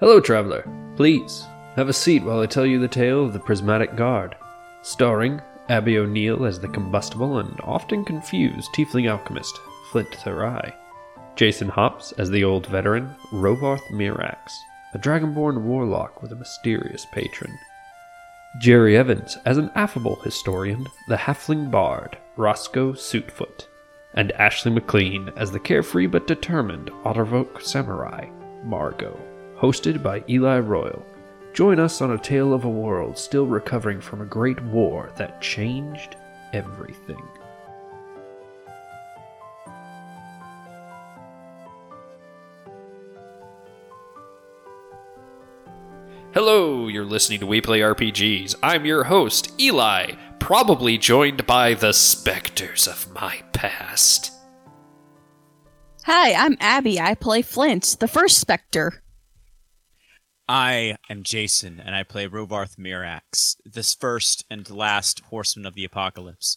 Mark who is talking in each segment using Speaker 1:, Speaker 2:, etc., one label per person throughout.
Speaker 1: Hello, traveler. Please, have a seat while I tell you the tale of the Prismatic Guard. Starring Abby O'Neill as the combustible and often confused tiefling alchemist, Flint Therai. Jason Hops as the old veteran, Rovarth Mirax, a dragonborn warlock with a mysterious patron. Jerry Evans as an affable historian, the halfling bard, Roscoe Suitfoot. And Ashley McLean as the carefree but determined Ottervoke samurai, Margot hosted by Eli Royal. Join us on a tale of a world still recovering from a great war that changed everything. Hello, you're listening to We Play RPGs. I'm your host, Eli, probably joined by the specters of my past.
Speaker 2: Hi, I'm Abby. I play Flint, the first Spectre.
Speaker 3: I am Jason, and I play Rovarth Mirax, this first and last horseman of the apocalypse.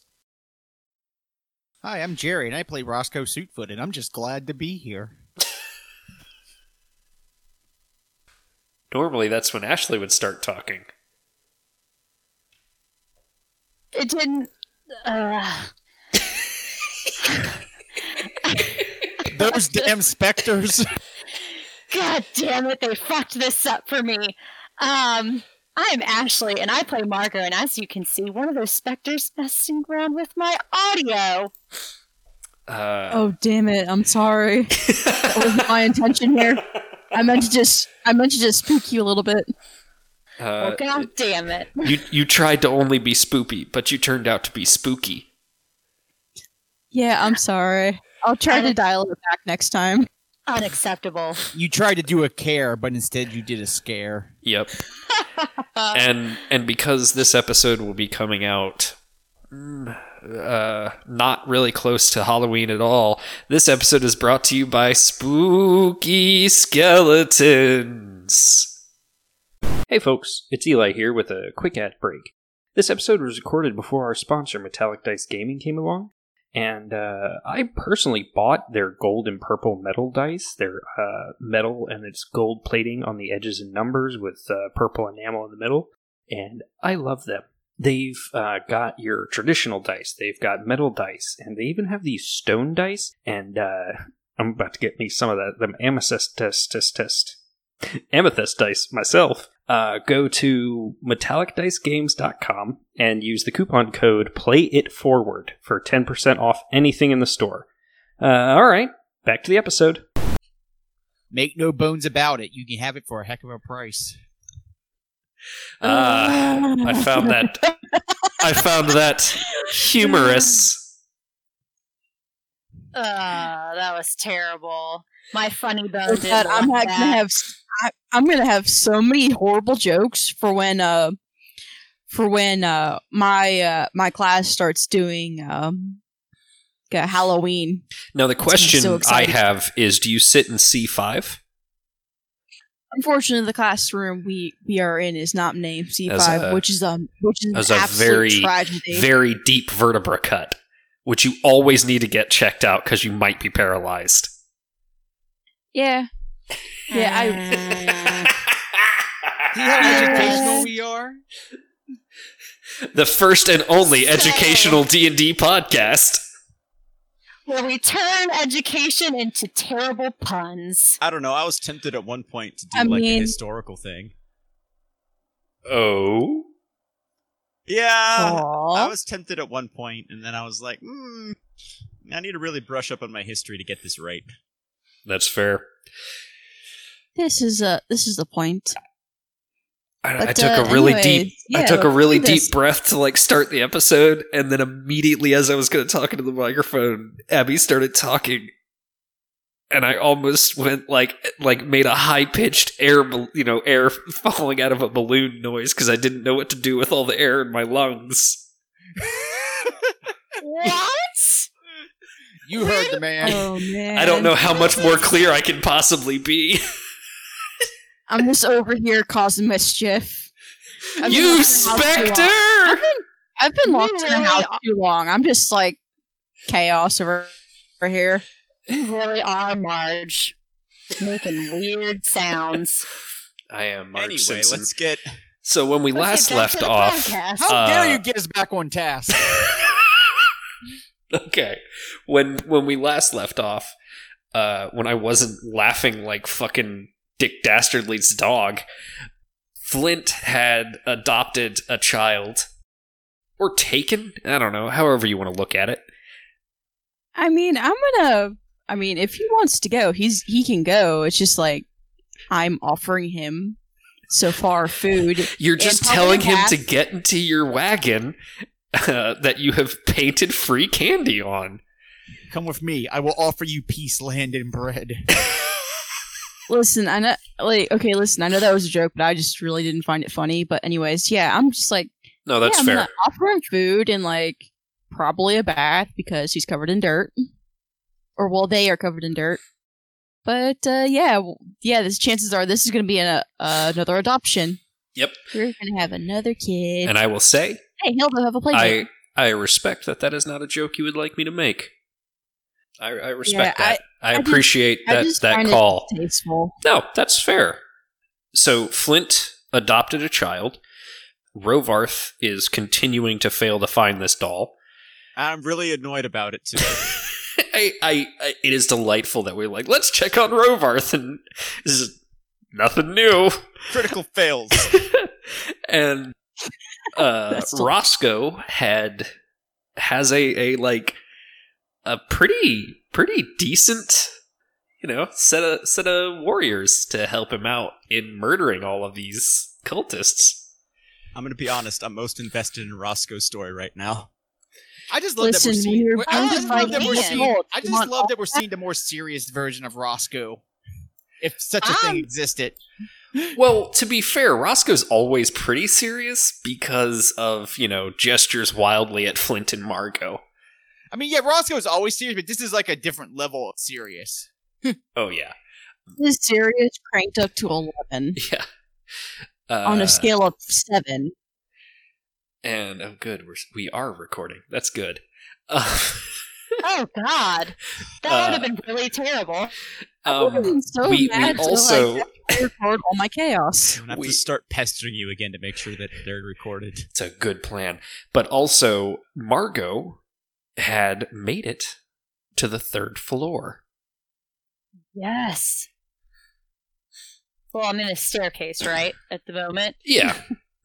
Speaker 4: Hi, I'm Jerry, and I play Roscoe Suitfoot, and I'm just glad to be here.
Speaker 1: Normally, that's when Ashley would start talking.
Speaker 2: It didn't. Uh,
Speaker 4: Those damn specters.
Speaker 2: God damn it, they fucked this up for me. Um, I'm Ashley, and I play Margot, and as you can see, one of those specters messing around with my audio.
Speaker 1: Uh,
Speaker 5: Oh damn it! I'm sorry. that was my intention here. I meant to just I meant to just spook you a little bit.
Speaker 2: Oh,
Speaker 1: uh,
Speaker 2: God damn it.
Speaker 1: you you tried to only be spoopy, but you turned out to be spooky.
Speaker 5: Yeah, I'm sorry. I'll try to dial it back next time.
Speaker 2: Unacceptable.
Speaker 4: you tried to do a care, but instead you did a scare.
Speaker 1: Yep. and and because this episode will be coming out mm, uh, not really close to Halloween at all, this episode is brought to you by Spooky Skeletons. Hey folks, it's Eli here with a quick ad break. This episode was recorded before our sponsor Metallic Dice Gaming came along. And uh, I personally bought their gold and purple metal dice. Their uh, metal and its gold plating on the edges and numbers with uh, purple enamel in the middle. And I love them. They've uh, got your traditional dice, they've got metal dice, and they even have these stone dice. And uh, I'm about to get me some of that, them amethyst test, test, test amethyst dice myself, uh, go to metallicdicegames.com and use the coupon code PLAYITFORWARD for 10% off anything in the store. Uh, all right, back to the episode.
Speaker 4: Make no bones about it. You can have it for a heck of a price.
Speaker 1: Uh, I found that I found that humorous.
Speaker 2: Uh, that was terrible. My funny bone
Speaker 5: Oh,
Speaker 2: did
Speaker 5: God, I'm
Speaker 2: like
Speaker 5: not gonna
Speaker 2: that.
Speaker 5: have s- I, am gonna have so many horrible jokes for when uh for when uh my uh my class starts doing um like a Halloween.
Speaker 1: Now the question
Speaker 5: so
Speaker 1: I
Speaker 5: exciting.
Speaker 1: have is: Do you sit in C five
Speaker 5: Unfortunately, the classroom we we are in is not named C
Speaker 1: As
Speaker 5: five,
Speaker 1: a-
Speaker 5: which is um which is
Speaker 1: as
Speaker 5: an
Speaker 1: a
Speaker 5: absolute
Speaker 1: very,
Speaker 5: tragedy.
Speaker 1: very deep vertebra cut, which you always need to get checked out because you might be paralyzed?
Speaker 5: yeah, Uh, yeah. I
Speaker 4: See how educational we are?
Speaker 1: the first and only
Speaker 2: So-
Speaker 1: educational D&D podcast.
Speaker 2: Where we turn education into terrible puns.
Speaker 3: I don't know. I was tempted at one point to do
Speaker 5: I
Speaker 3: like a
Speaker 5: mean-
Speaker 3: historical thing.
Speaker 1: Oh.
Speaker 3: Yeah, I
Speaker 5: Aw.
Speaker 3: was tempted at one point, and then I was like, hmm, I need to really brush up on my history to get this right.
Speaker 1: That's fair.
Speaker 5: this is a this is the point.
Speaker 1: I, I
Speaker 5: But,
Speaker 1: took
Speaker 5: uh,
Speaker 1: a really
Speaker 5: anyways,
Speaker 1: deep I
Speaker 5: yeah,
Speaker 1: took a
Speaker 5: let's
Speaker 1: really
Speaker 5: do
Speaker 1: deep
Speaker 5: this.
Speaker 1: breath to like start the episode and then immediately as I was going to talk into the microphone, Abby started talking and I almost went like like made a high pitched air bal- you know air falling out of a balloon noise cuz I didn't know what to do with all the air in my lungs.
Speaker 2: What?
Speaker 4: You heard the man.
Speaker 5: Oh man,
Speaker 1: I don't know how much more clear I can possibly be.
Speaker 5: I'm just over here causing mischief. I've been
Speaker 1: you
Speaker 5: locked in the house too long.
Speaker 1: specter!
Speaker 5: I've been, I've been
Speaker 2: You
Speaker 5: locked in
Speaker 2: really
Speaker 5: the house too long. I'm just like chaos over, over here.
Speaker 2: You really are Marge. Making weird sounds.
Speaker 1: I am Mark
Speaker 3: anyway,
Speaker 1: Simpson.
Speaker 3: let's get.
Speaker 1: So when we last
Speaker 2: Let's get back to
Speaker 1: left
Speaker 2: the
Speaker 1: off,
Speaker 2: podcast.
Speaker 4: How
Speaker 1: Uh,
Speaker 4: dare you get us back on task?
Speaker 1: okay, when when we last left off, uh, when I wasn't laughing like fucking Dick Dastardly's dog, Flint had adopted a child or taken. I don't know. However you want to look at it.
Speaker 5: I mean, I'm gonna. I mean, if he wants to go, he's he can go. It's just like I'm offering him so far food.
Speaker 1: You're
Speaker 5: And
Speaker 1: just
Speaker 5: probably
Speaker 1: telling him
Speaker 5: half-
Speaker 1: to get into your wagon uh, that you have painted free candy on.
Speaker 4: Come with me. I will offer you peace, land, and bread.
Speaker 5: Listen, I know. Like, okay, listen. I know that was a joke, but I just really didn't find it funny. But anyways, yeah, I'm just like,
Speaker 1: No, that's
Speaker 5: yeah, I'm
Speaker 1: fair.
Speaker 5: gonna offer him food and like probably a bath because he's covered in dirt, or well, they are covered in dirt. But uh, yeah, w- yeah. This chances are this is gonna be an, uh, another adoption.
Speaker 1: Yep.
Speaker 5: You're gonna have another kid.
Speaker 1: And I will say,
Speaker 5: hey, he'll have a play
Speaker 1: I
Speaker 5: date.
Speaker 1: I respect that. That is not a joke you would like me to make. I, I respect
Speaker 5: Yeah, I-
Speaker 1: that. I,
Speaker 5: I just-
Speaker 1: appreciate
Speaker 5: I'm
Speaker 1: that
Speaker 5: just
Speaker 1: that
Speaker 5: trying to-
Speaker 1: call.
Speaker 5: Tasteful.
Speaker 1: No, that's fair. So Flint adopted a child. Rovarth is continuing to fail to find this doll.
Speaker 3: I'm really annoyed about it too.
Speaker 1: I, I, I it is delightful that we're like, let's check on Rovarth, and this is nothing new.
Speaker 3: Critical fails.
Speaker 1: and uh,
Speaker 5: That's del-
Speaker 1: Roscoe had has a, a like a pretty pretty decent you know set of set of warriors to help him out in murdering all of these cultists.
Speaker 3: I'm gonna be honest. I'm most invested in Roscoe's story right now.
Speaker 4: I just love
Speaker 5: Listen,
Speaker 4: that we're seeing.
Speaker 5: we're
Speaker 4: I just
Speaker 2: bound
Speaker 4: love that
Speaker 2: by
Speaker 4: we're
Speaker 2: the
Speaker 4: seeing.
Speaker 5: world.
Speaker 4: I
Speaker 5: You
Speaker 4: just
Speaker 5: want
Speaker 4: love
Speaker 5: all
Speaker 4: that we're seeing the more serious version of Roscoe, if such a
Speaker 2: Um,
Speaker 4: thing existed.
Speaker 1: Well, to be fair, Roscoe's always pretty serious because of, you know, gestures wildly at Flint and Margot.
Speaker 4: I mean, yeah, Roscoe is always serious, but this is like a different level of serious.
Speaker 1: Oh yeah.
Speaker 5: This is serious cranked up to eleven
Speaker 1: Yeah. Uh,
Speaker 5: on a scale of seven.
Speaker 1: and oh good, we're we are recording. That's good. Uh,
Speaker 2: Oh God, that
Speaker 1: Uh,
Speaker 2: would have been really terrible.
Speaker 5: I would've
Speaker 1: um,
Speaker 5: been so
Speaker 1: we,
Speaker 5: mad
Speaker 1: we
Speaker 5: Oh if, like,
Speaker 1: also
Speaker 5: I record all my chaos.
Speaker 3: I'm gonna have
Speaker 1: We-
Speaker 3: to start pestering you again to make sure that they're recorded.
Speaker 1: it's a good plan but also margot had made it to the third floor
Speaker 2: Yes. Well, I'm in a staircase right at the moment.
Speaker 1: yeah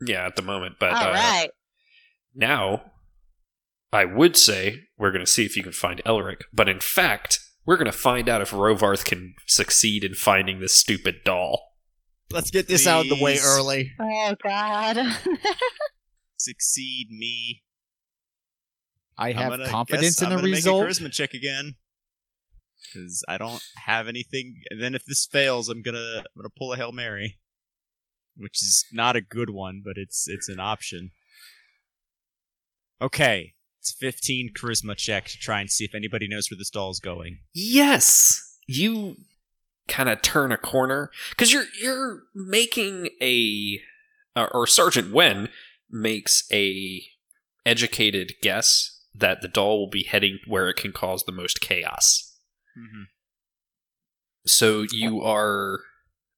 Speaker 1: yeah at the moment but
Speaker 2: All
Speaker 1: uh,
Speaker 2: right.
Speaker 1: now i would say we're going to see if you can find elric but in fact we're going to find out if rovarth can succeed in finding this stupid doll
Speaker 4: Let's get this out of the way
Speaker 3: Please.
Speaker 4: early.
Speaker 2: Oh God.
Speaker 3: Succeed me.
Speaker 4: I
Speaker 3: I'm
Speaker 4: have
Speaker 3: gonna
Speaker 4: confidence
Speaker 3: guess I'm
Speaker 4: in the
Speaker 3: gonna
Speaker 4: result.
Speaker 3: Make a charisma check again. Because I don't have anything. And then if this fails, I'm gonna I'm gonna pull a hail mary, which is not a good one, but it's it's an option. Okay, it's 15 charisma check to try and see if anybody knows where this doll's going.
Speaker 1: yes you kind of turn a corner because you're you're making a uh, or sergeant wen makes a educated guess that the doll will be heading where it can cause the most chaos
Speaker 4: Mm-hmm.
Speaker 1: so you are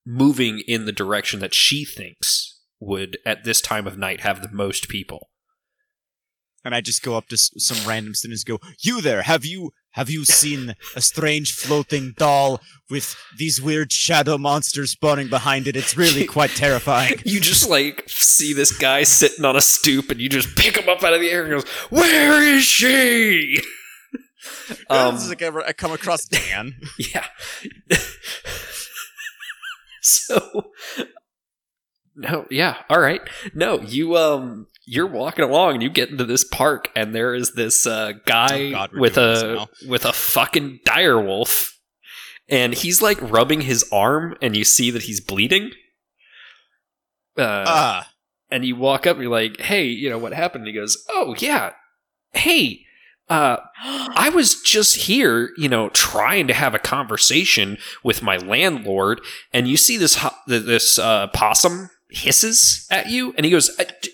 Speaker 1: moving in the direction that she thinks would at this time of night have the most people
Speaker 3: And I just go up to s- some random citizens and go, "You there? Have you have you seen a strange floating doll with these weird shadow monsters spawning behind it? It's really quite terrifying."
Speaker 1: you just like see this guy sitting on a stoop and you just pick him up out of the air and goes where is she
Speaker 4: Um,
Speaker 3: this is like ever I come across Dan.
Speaker 1: Um, Yeah. so No, yeah, all right. No, you um you're walking along and you get into this park and there is this uh guy
Speaker 3: Oh, God, we're
Speaker 1: with
Speaker 3: doing this
Speaker 1: a
Speaker 3: now.
Speaker 1: with a fucking dire wolf and he's like rubbing his arm and you see that he's bleeding. Uh,
Speaker 3: Ah,
Speaker 1: and you walk up and you're like, "Hey, you know what happened?" And he goes, "Oh, yeah. Hey, uh I was just here, you know, trying to have a conversation with my landlord, and you see this ho- th- this uh, possum hisses at you, and he goes, "I- d-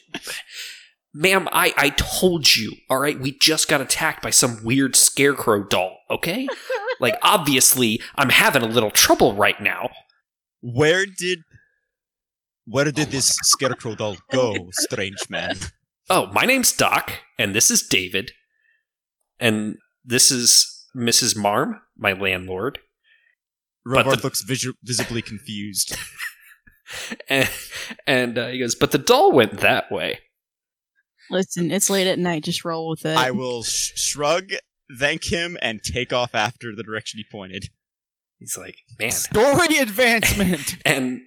Speaker 1: "Ma'am, I I told you, all right. We just got attacked by some weird scarecrow doll, okay? like obviously, I'm having a little trouble right now.
Speaker 3: where did Where did this scarecrow doll go, strange man?
Speaker 1: Oh, my name's Doc, and this is David, and this is Mrs. Marm, my landlord,
Speaker 3: Robert
Speaker 1: the-
Speaker 3: looks visu- visibly confused.
Speaker 1: and and uh, he goes, but the doll went that way.
Speaker 5: Listen, it's late at night. Just roll with it.
Speaker 3: I will sh- shrug, thank him, and take off after the direction he pointed.
Speaker 1: He's like, man,
Speaker 4: Story advancement.
Speaker 1: and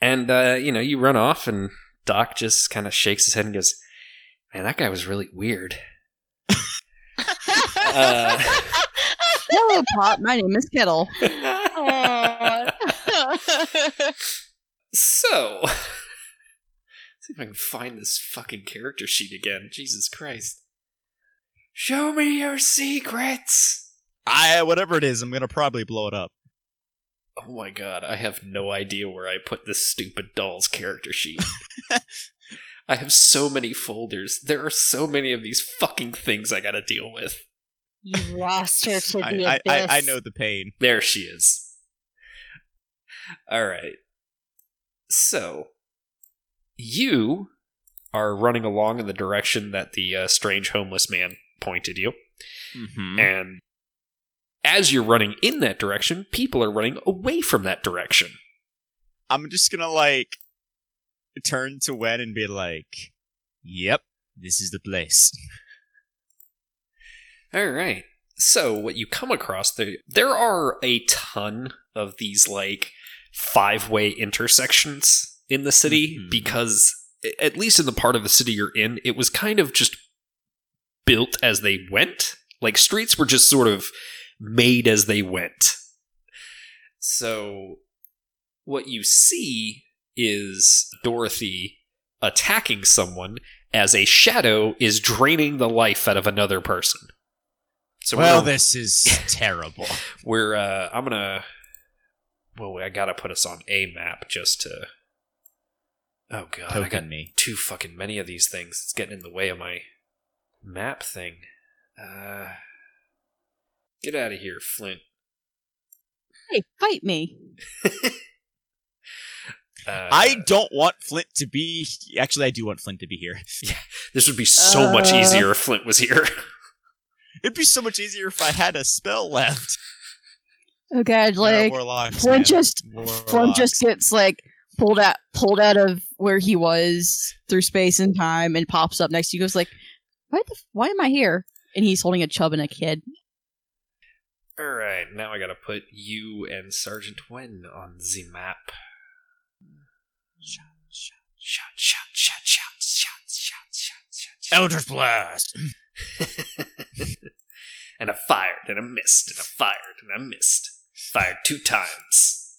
Speaker 1: and uh, you know, you run off, and Doc just kind of shakes his head and goes, man, that guy was really weird. Uh.
Speaker 5: Hello, Pop. My name is Kettle.
Speaker 2: Oh,
Speaker 1: So, see if I can find this fucking character sheet again. Jesus Christ. Show me your secrets!
Speaker 3: I whatever it is, I'm gonna probably blow it up.
Speaker 1: Oh my god, I have no idea where I put this stupid doll's character sheet. I have so many folders. There are so many of these fucking things I gotta deal with.
Speaker 2: you lost her to the
Speaker 3: I, I,
Speaker 2: abyss.
Speaker 3: I, I know the pain.
Speaker 1: There she is. All right. So, you are running along in the direction that the uh, strange homeless man pointed you.
Speaker 3: Mm-hmm.
Speaker 1: And as you're running in that direction, people are running away from that direction.
Speaker 3: I'm just gonna like turn to Wen and be like, "Yep, this is the place."
Speaker 1: All right. So, what you come across there, there are a ton of these like five way intersections in the city
Speaker 3: Mhm.
Speaker 1: because, a- at least in the part of the city you're in, it was kind of just built as they went. Like, streets were just sort of made as they went. So, what you see is Dorothy attacking someone as a shadow is draining the life out of another person. So
Speaker 3: well,
Speaker 1: we're,
Speaker 3: this is terrible.
Speaker 1: we're uh, I'm gonna. Well, I gotta put us on a map just to. Oh god, I got
Speaker 3: Poking me.
Speaker 1: too fucking many of these things. It's getting in the way of my map thing. Uh, get out of here, Flint.
Speaker 5: Hey, fight me.
Speaker 1: Uh,
Speaker 3: I don't want Flint to be. Actually, I do want Flint to be here.
Speaker 1: this would be so much
Speaker 5: Uh.
Speaker 1: easier if Flint was here.
Speaker 3: It'd be so much easier if I had a spell left.
Speaker 5: Oh god,
Speaker 3: We're
Speaker 5: like
Speaker 3: warlocks,
Speaker 5: Flint
Speaker 3: man.
Speaker 5: just
Speaker 3: Warlocks.
Speaker 5: Flum just gets like pulled out pulled out of where he was through space and time and pops up next to you goes like why the f- why am I here? And he's holding a chub and a kid.
Speaker 1: All right, now I gotta put you and Sergeant Wen on the map. Shot, shot, shot, shot, shot, shot, shot, shot, shot, shot, shot.
Speaker 3: Elder Blast.
Speaker 1: and I fired and I missed and I fired and I missed. Fired two times.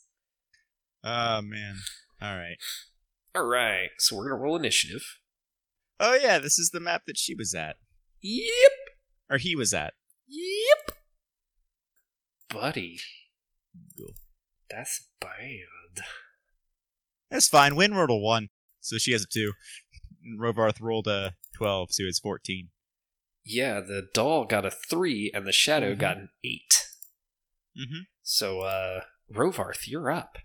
Speaker 3: Oh man. All right.
Speaker 1: All right, so we're gonna roll initiative.
Speaker 3: Oh yeah, this is the map that she was at,
Speaker 1: Yep,
Speaker 3: or he was at.
Speaker 1: yep, buddy. That's bad.
Speaker 3: That's fine. Win rolled a one, so she has a two. And Rovarth rolled a twelve, so it's fourteen.
Speaker 1: Yeah, the doll got a three and the shadow
Speaker 3: Mhm.
Speaker 1: got an eight.
Speaker 3: Mm-hmm.
Speaker 1: So, uh, Rovarth, you're up.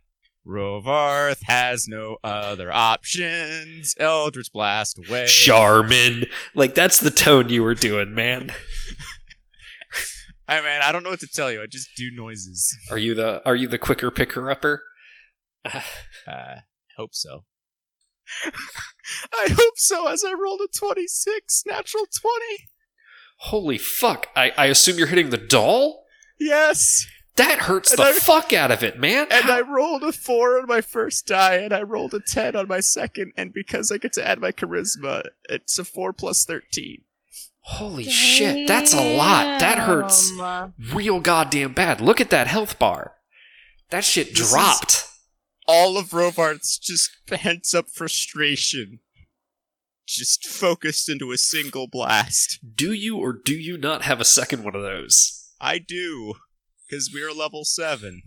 Speaker 3: Rovarth has no other options. Eldritch Blast away.
Speaker 1: Charmin. Like that's the tone you were doing, man.
Speaker 3: I mean, I don't know what to tell you. I just do noises.
Speaker 1: Are you the are you the quicker picker upper? Ah,
Speaker 3: Uh, hope so. I hope so. As I rolled a twenty-six, natural twenty.
Speaker 1: Holy fuck. I, I assume you're hitting the doll?
Speaker 3: Yes.
Speaker 1: That hurts
Speaker 3: And
Speaker 1: the
Speaker 3: I-
Speaker 1: fuck out of it, man.
Speaker 3: And I
Speaker 1: How-
Speaker 3: rolled a four on my first die, and I rolled a ten on my second, and because I get to add my charisma, it's a four plus thirteen.
Speaker 1: Holy shit, that's a lot. That hurts
Speaker 2: Damn.
Speaker 1: real goddamn bad. Look at that health bar. That shit
Speaker 3: This is-
Speaker 1: dropped.
Speaker 3: All of Rovart's just pent up frustration, just focused into a single blast.
Speaker 1: Do you or do you not have a second one of those?
Speaker 3: I do, because we're level seven.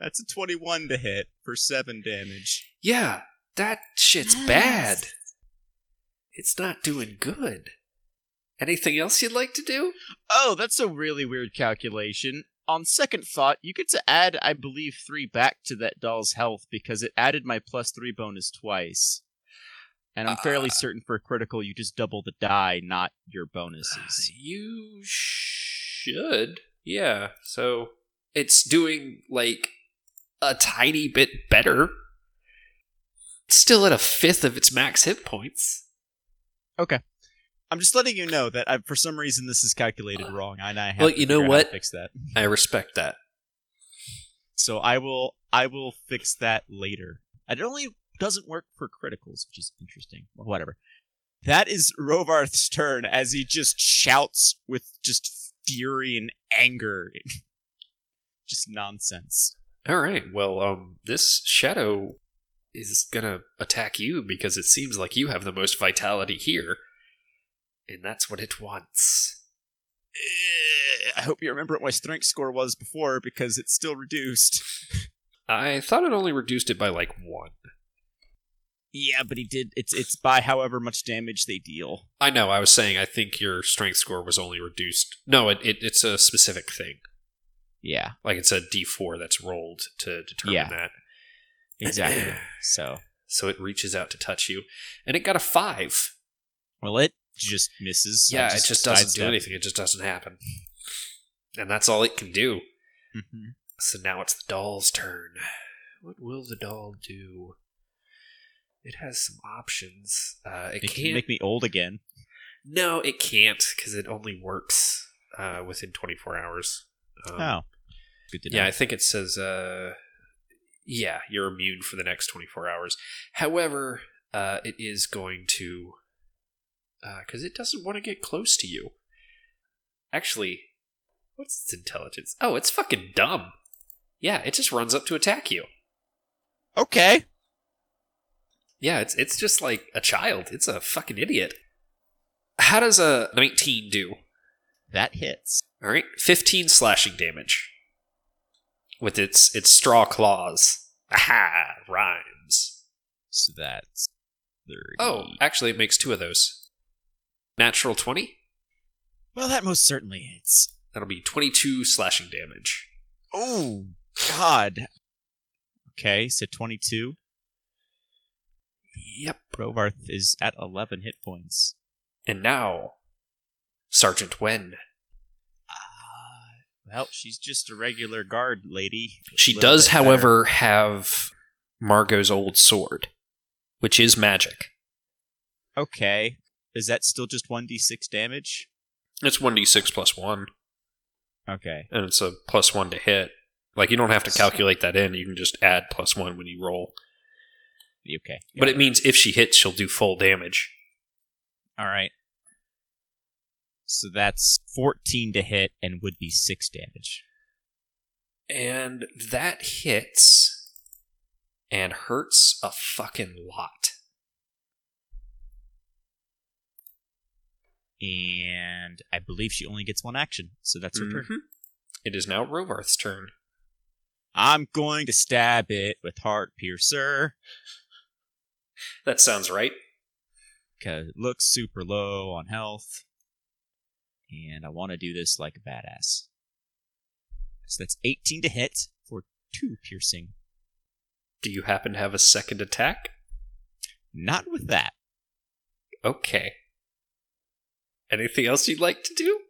Speaker 3: That's a twenty-one to hit for seven damage.
Speaker 1: Yeah, that shit's
Speaker 2: Yes.
Speaker 1: bad. It's not doing good. Anything else you'd like to do?
Speaker 3: Oh, that's a really weird calculation.
Speaker 6: on second thought, you get to add, I believe, three back to that doll's health because it added my plus three bonus twice. And I'm fairly
Speaker 3: Ah.
Speaker 6: certain for a critical, you just double the die, not your bonuses.
Speaker 1: Uh, You should. Yeah. So it's doing like a tiny bit better. It's still at a fifth of its max hit points.
Speaker 3: I'm just letting you know that I, for some reason this is calculated wrong, and I have
Speaker 1: Uh, Well,
Speaker 3: to
Speaker 1: you know
Speaker 3: figure out how to
Speaker 1: what?
Speaker 3: fix that.
Speaker 1: I respect that.
Speaker 3: So I will I will fix that later. It only doesn't work for criticals, which is interesting. Well, whatever. That is Rovarth's turn as he just shouts with just fury and anger. just nonsense.
Speaker 1: All right. Well, um, this shadow is gonna attack you because it seems like you have the most vitality here, and that's what it wants.
Speaker 3: Eh, I hope you remember what my strength score was before because it's still reduced.
Speaker 1: I thought it only reduced it by like one.
Speaker 3: Yeah, but he did it's it's by however much damage they deal.
Speaker 1: I know. I was saying I think your strength score was only reduced. No, it, it it's a specific thing.
Speaker 3: Yeah,
Speaker 1: Like it's a D4 that's rolled to determine
Speaker 3: Yeah.
Speaker 1: that.
Speaker 3: exactly. so
Speaker 1: So it reaches out to touch you, and it got a five.
Speaker 3: Well it just misses. I
Speaker 1: yeah, it just doesn't do
Speaker 3: sidestep.
Speaker 1: anything. It just doesn't happen. And that's all it can do.
Speaker 3: Mhm.
Speaker 1: So now it's the doll's turn. What will the doll do? It has some options. Uh, it,
Speaker 3: It
Speaker 1: can't.
Speaker 3: can make me old again.
Speaker 1: no, it can't because it only works uh, within 24 hours. Um,
Speaker 3: Oh. Good to know.
Speaker 1: Yeah, I think it says, uh, yeah, you're immune for the next 24 hours. However, uh, it is going to, because it doesn't want to get close to you. Actually, what's its intelligence? Oh, it's fucking dumb. Yeah, it just runs up to attack you.
Speaker 3: Okay.
Speaker 1: Yeah, it's it's just like a child. It's a fucking idiot. How does a 19 do?
Speaker 3: That hits.
Speaker 1: All right, 15 slashing damage with its its straw claws. Aha, rhymes.
Speaker 3: So that's 30.
Speaker 1: Oh, actually it makes two of those. Natural 20.
Speaker 3: Well, that most certainly hits.
Speaker 1: That'll be 22 slashing damage.
Speaker 3: Oh, God. Okay, so 22.
Speaker 1: Yep.
Speaker 3: Provarth is at 11 hit points.
Speaker 1: And now Sergeant Wen.
Speaker 3: Uh, well, she's just a regular guard lady.
Speaker 1: She
Speaker 3: Little
Speaker 1: does
Speaker 3: bit better.
Speaker 1: however have Margot's old sword, which is magic.
Speaker 3: Okay. Is that still just 1d6 damage?
Speaker 1: It's 1d6 plus 1
Speaker 3: Okay.
Speaker 1: and it's a plus 1 to hit. Like you don't have to calculate that in, you can just add plus 1 when you roll.
Speaker 3: Okay.
Speaker 1: But it means if she hits, she'll do full damage.
Speaker 3: All right. So that's 14 to hit and would be 6 damage.
Speaker 1: And that hits and hurts a fucking lot.
Speaker 3: And I believe she only gets one action, so that's her turn.
Speaker 1: Mhm. It is now Rovarth's turn.
Speaker 3: I'm going to stab it with Heart Piercer
Speaker 1: That sounds right.
Speaker 3: because it looks super low on health. And I want to do this like a badass. So that's 18 to hit for two piercing.
Speaker 1: Do you happen to have a second attack?
Speaker 3: Not with that.
Speaker 1: Okay. Anything else you'd like to do?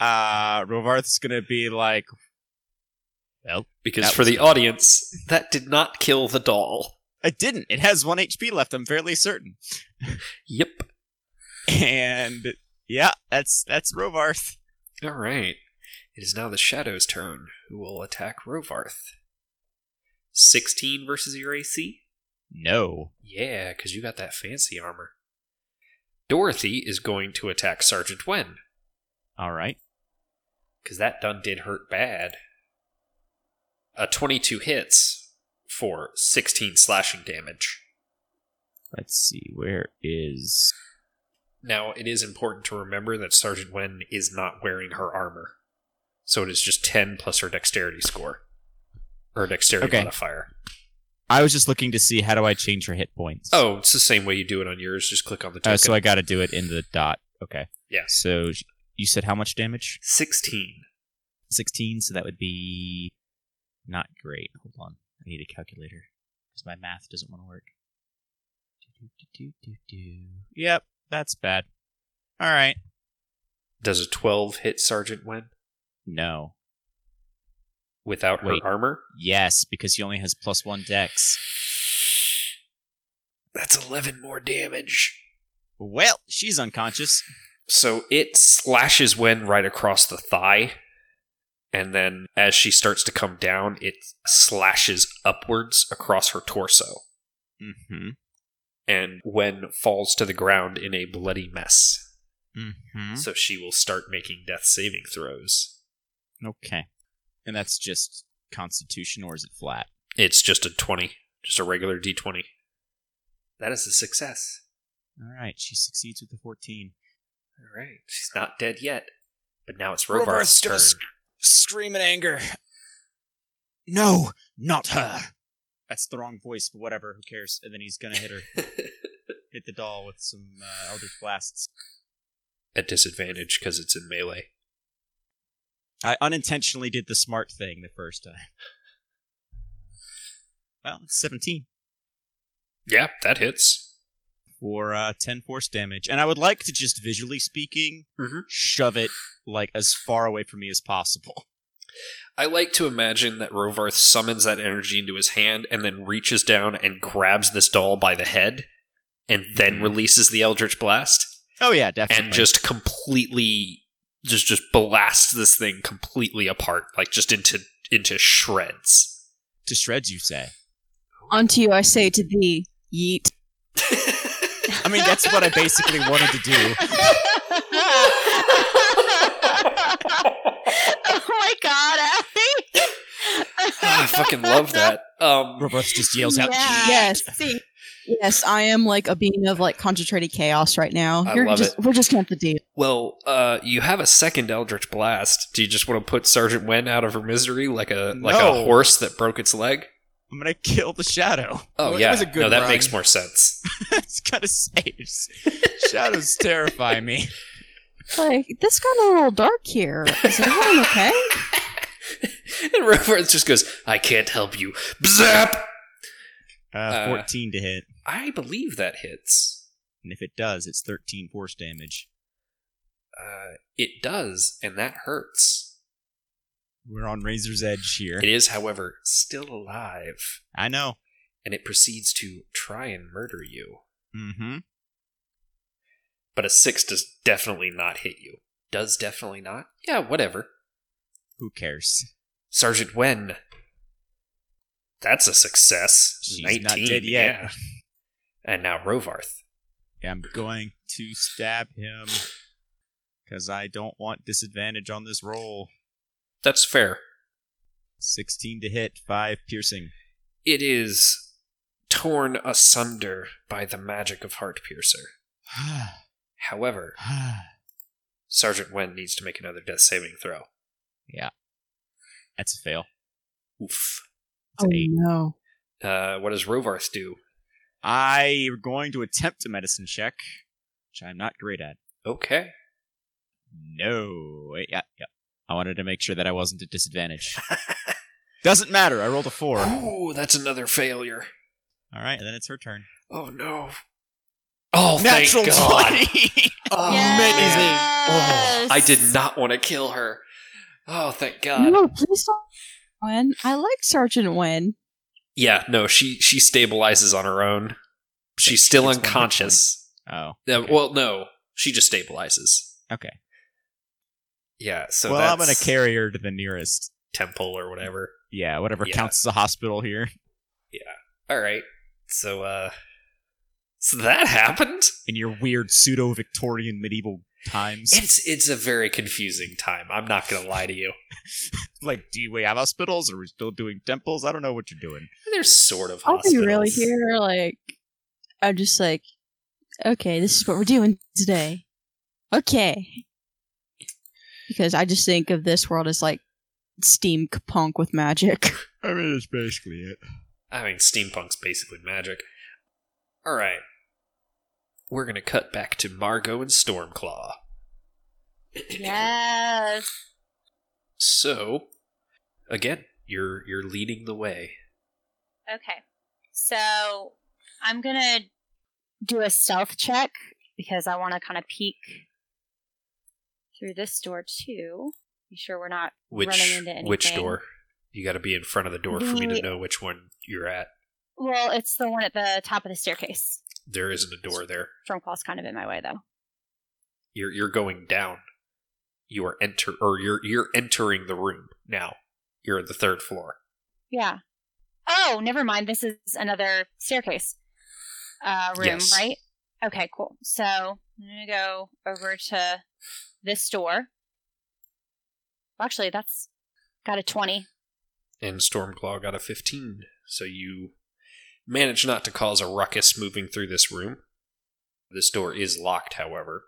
Speaker 3: Uh, Rovarth's going to be like,
Speaker 1: Because
Speaker 3: That
Speaker 1: for
Speaker 3: was
Speaker 1: the audience, that did not kill the doll.
Speaker 3: I didn't. It has one HP left, I'm fairly certain.
Speaker 1: Yep.
Speaker 3: And yeah, that's that's Rovarth.
Speaker 1: All right. It is now the Shadow's turn, who will attack Rovarth. 16 versus your AC?
Speaker 3: No.
Speaker 1: Yeah, because you got that fancy armor. Dorothy is going to attack Sergeant Wen,
Speaker 3: All right.
Speaker 1: because that done did hurt bad. A 22 hits for 16 slashing damage.
Speaker 3: Let's see. Where is
Speaker 1: Now, it is important to remember that Sergeant Wen is not wearing her armor. So it is just 10 plus her dexterity score. Her dexterity
Speaker 3: Okay.
Speaker 1: modifier.
Speaker 3: I was just looking to see how do I change her hit points.
Speaker 1: Oh, it's the same way you do it on yours. Just click on the token.
Speaker 3: Uh, so I got to do it in the dot. Okay.
Speaker 1: Yes.
Speaker 3: So sh- you said how much damage?
Speaker 1: 16.
Speaker 3: 16, so that would be not great. Hold on. I need a calculator because my math doesn't want to work. Do-do-do-do-do-do. Yep, that's bad. All right.
Speaker 1: Does a 12 hit Sergeant win
Speaker 3: No.
Speaker 1: without her
Speaker 3: Wait.
Speaker 1: armor?
Speaker 3: Yes, because he only has plus one dex.
Speaker 1: That's 11 more damage.
Speaker 3: Well, she's unconscious.
Speaker 1: So it slashes Wen right across the thigh. And then as she starts to come down, it slashes upwards across her torso.
Speaker 3: Mm-hmm.
Speaker 1: And Wen falls to the ground in a bloody mess.
Speaker 3: Mm-hmm.
Speaker 1: So she will start making death saving throws.
Speaker 3: Okay.
Speaker 7: And that's just Constitution, or is it flat?
Speaker 1: It's just a 20, just a regular d20. That is a success.
Speaker 3: All right. She succeeds with the 14.
Speaker 1: All right. She's not dead yet. But now it's
Speaker 8: Rovarth's
Speaker 1: Rovarth's turn.
Speaker 8: gonna sc- scream in anger. No, not her.
Speaker 3: That's the wrong voice, but whatever. Who cares? And then he's gonna hit her, hit the doll with some uh, Eldritch blasts.
Speaker 1: At disadvantage because it's in melee.
Speaker 3: I unintentionally did the smart thing the first time. Well, it's 17
Speaker 1: Yeah, that hits.
Speaker 3: for uh, 10 force damage, and I would like to just visually speaking
Speaker 8: Mm-hmm.
Speaker 1: Mhm.
Speaker 3: shove it like as far away from me as possible.
Speaker 1: I like to imagine that Rovarth summons that energy into his hand and then reaches down and grabs this doll by the head and then releases the Eldritch Blast
Speaker 3: Oh yeah, definitely.
Speaker 1: and just completely just just blasts this thing completely apart, like just into into shreds.
Speaker 3: to shreds, you say?
Speaker 5: Unto you I say to thee, yeet.
Speaker 3: I mean, that's what I basically wanted to do.
Speaker 2: oh my god, Abby!
Speaker 1: I fucking love that. Um
Speaker 3: Rovarth just yells out.
Speaker 2: Yeah.
Speaker 1: Ah.
Speaker 5: Yes. Yes, I am like a being of like concentrated chaos right now.
Speaker 1: I
Speaker 5: You're
Speaker 1: love
Speaker 5: just
Speaker 1: it.
Speaker 5: we're just gonna have to deal.
Speaker 1: well, uh you have a second Eldritch Blast. Do you just want to put Sergeant Wen out of her misery like a like a
Speaker 3: No.
Speaker 1: horse that broke its leg?
Speaker 3: I'm gonna kill the shadow.
Speaker 1: Oh
Speaker 9: Well, it
Speaker 1: yeah.
Speaker 9: was a good
Speaker 1: no, that
Speaker 9: run.
Speaker 1: makes more sense.
Speaker 3: it's kind of saves. Shadows terrify me.
Speaker 5: Like this got a little dark here. Is everyone okay?
Speaker 1: and Rovarth just goes, I can't help you. Bzap!
Speaker 3: Uh,
Speaker 1: Uh,
Speaker 3: 14 to hit,
Speaker 1: I believe that hits.
Speaker 3: and if it does, it's 13 force damage.
Speaker 1: Uh, it does, and that hurts.
Speaker 3: We're on razor's edge here.
Speaker 1: It is, however, still alive,
Speaker 3: I know.
Speaker 1: and it proceeds to try and murder you.
Speaker 3: Mm-hmm.
Speaker 1: But a six does definitely not hit you. Does definitely not? Yeah, whatever.
Speaker 3: Who cares?
Speaker 1: Sergeant Wen. That's a success.
Speaker 3: She's not
Speaker 1: 19.
Speaker 3: dead yet.
Speaker 1: Yeah. And now Rovarth.
Speaker 3: Yeah, I'm going to stab him because I don't want disadvantage on this roll.
Speaker 1: That's fair.
Speaker 3: 16 to hit, five piercing.
Speaker 1: It is torn asunder by the magic of Heart Piercer. However, Sergeant Wen needs to make another death saving throw.
Speaker 3: That's a fail.
Speaker 1: Oof.
Speaker 3: It's eight.
Speaker 5: Oh, no.
Speaker 1: Uh, what does Rovarth do?
Speaker 3: I am going to attempt a medicine check, which I'm not great at.
Speaker 1: Okay.
Speaker 3: No. Wait, yeah, yeah. I wanted to make sure that I wasn't at disadvantage. Doesn't matter. I rolled a four. All
Speaker 1: Ooh, that's another failure.
Speaker 3: right, and then it's her turn.
Speaker 1: Oh no. Oh,
Speaker 3: Natural
Speaker 1: thank God.
Speaker 3: 20.
Speaker 1: Oh,
Speaker 2: Yes.
Speaker 1: man. Oh, I did not want to kill her. Oh, thank God.
Speaker 5: No, please don't Wen. I like Sergeant Wen.
Speaker 1: Yeah, no, she she stabilizes on her own. She's still
Speaker 3: It's one hit
Speaker 1: unconscious.
Speaker 3: oh.
Speaker 1: Uh,
Speaker 3: Okay.
Speaker 1: well, no, she just stabilizes.
Speaker 3: Okay.
Speaker 1: Yeah, so
Speaker 3: well,
Speaker 1: that's
Speaker 3: I'm going to carry her to the nearest.
Speaker 1: temple or whatever.
Speaker 3: Yeah, whatever
Speaker 1: Yeah.
Speaker 3: counts as a hospital here.
Speaker 1: All right. So uh so that happened.
Speaker 3: In your weird pseudo Victorian medieval times.
Speaker 1: It's it's a very confusing time. I'm not going to lie to you.
Speaker 3: like, do we have hospitals or are we still doing temples? I don't know what you're doing.
Speaker 1: They're sort of
Speaker 5: Are
Speaker 1: hospitals.
Speaker 5: we really here? Like I'm just like, okay, this is what we're doing today. Okay. Because I just think of this world as like steam punk with magic.
Speaker 3: I mean, that's basically it.
Speaker 1: I mean, steampunk's basically magic. All right. We're going to cut back to Margot and Stormclaw.
Speaker 2: Yes.
Speaker 1: So, again, you're you're leading the way.
Speaker 2: Okay. So I'm gonna do a stealth check because I want to kind of peek through this door too. Be sure we're not
Speaker 1: Which
Speaker 2: Running into
Speaker 1: which
Speaker 2: anything.
Speaker 1: door? You got to be in front of the door for me to
Speaker 2: The-
Speaker 1: know which one you're at.
Speaker 2: Well, it's the one at the top of the staircase.
Speaker 1: There isn't a door there.
Speaker 2: Stromclaw's kind of in my way, though.
Speaker 1: You're you're going down. You are enter or you're you're entering the room now. You're at the third floor.
Speaker 2: Yeah. Oh, never mind. This is another staircase uh, room,
Speaker 1: Yes.
Speaker 2: right? Okay, cool. So I'm gonna go over to this door. Well, actually, that's got a twenty.
Speaker 1: and Stormclaw got a 15. So you manage not to cause a ruckus moving through this room. This door is locked, however.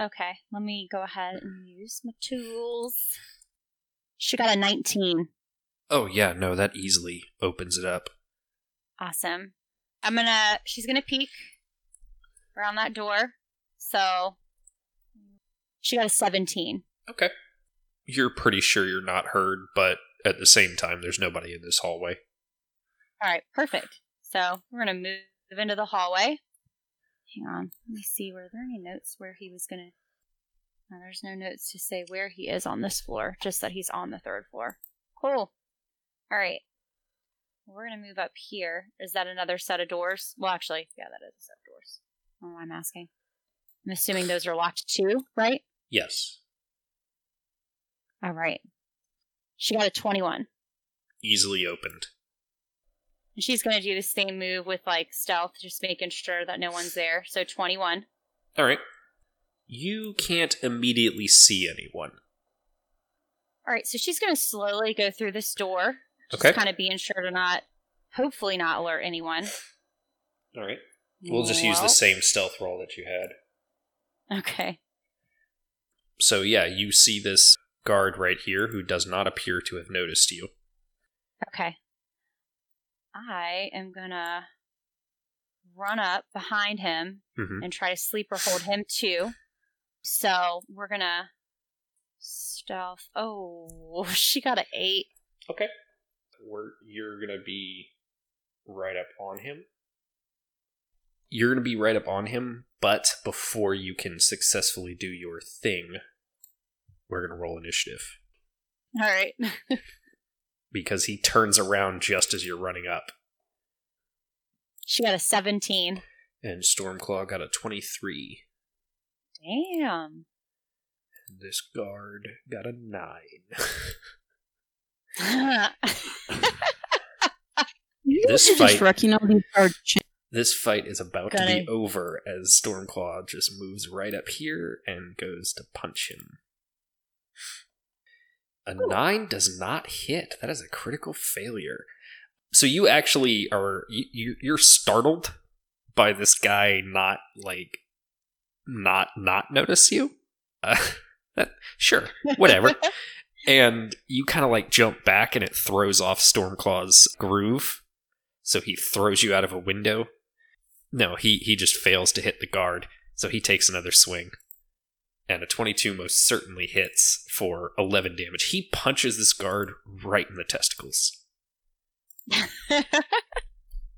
Speaker 2: Okay, let me go ahead and use my tools. She got a 19.
Speaker 1: Oh, yeah, no, that easily opens it up.
Speaker 2: Awesome. I'm gonna, she's gonna peek around that door. So she got a 17.
Speaker 1: Okay. You're pretty sure you're not heard, but at the same time, there's nobody in this hallway.
Speaker 2: All right, perfect. So we're gonna move into the hallway. Hang on, let me see. Were there any notes where he was gonna? No, there's no notes to say where he is on this floor. Just that he's on the third floor. Cool. All right, we're gonna move up here. Is that another set of doors? Well, actually, yeah, that is a set of doors. I don't know why I'm asking. I'm assuming those are locked too, right?
Speaker 1: Yes.
Speaker 2: All right. She got a 21.
Speaker 1: Easily opened.
Speaker 2: And she's going to do the same move with like stealth, just making sure that no one's there. So 21.
Speaker 1: All right. You can't immediately see anyone.
Speaker 2: All right, so she's going to slowly go through this door, just
Speaker 1: Okay.
Speaker 2: kind of being sure to not, hopefully, not alert anyone.
Speaker 1: All right. We'll just use the
Speaker 2: Well,
Speaker 1: same stealth roll that you had.
Speaker 2: Okay.
Speaker 1: So yeah, you see this guard right here who does not appear to have noticed you.
Speaker 2: Okay. I am going to run up behind him
Speaker 1: Mhm.
Speaker 2: and try to sleeper hold him too. So we're going to stealth. Oh, she got an eight.
Speaker 1: Okay. We're, you're gonna be right up on him. You're gonna be right up on him, but before you can successfully do your thing, we're gonna roll initiative
Speaker 2: All right.
Speaker 1: because he turns around just as you're running up.
Speaker 2: She got a 17.
Speaker 1: And Stormclaw got a twenty-three.
Speaker 2: Damn.
Speaker 1: This guard got a nine. This
Speaker 5: You're
Speaker 1: fight-
Speaker 5: just wrecking all these hard ch-
Speaker 1: this fight is about to
Speaker 2: Okay.
Speaker 1: be over as Stormclaw just moves right up here and goes to punch him. A nine does not hit. That is a critical failure. So you actually are you, you you're startled by this guy not like not not notice you. Uh, that, sure, whatever. and you kind of like jump back, and it throws off Stormclaw's groove. So he throws you out of a window no, he he just fails to hit the guard, so he takes another swing. And a 22 most certainly hits for 11 damage. He punches this guard right in the testicles.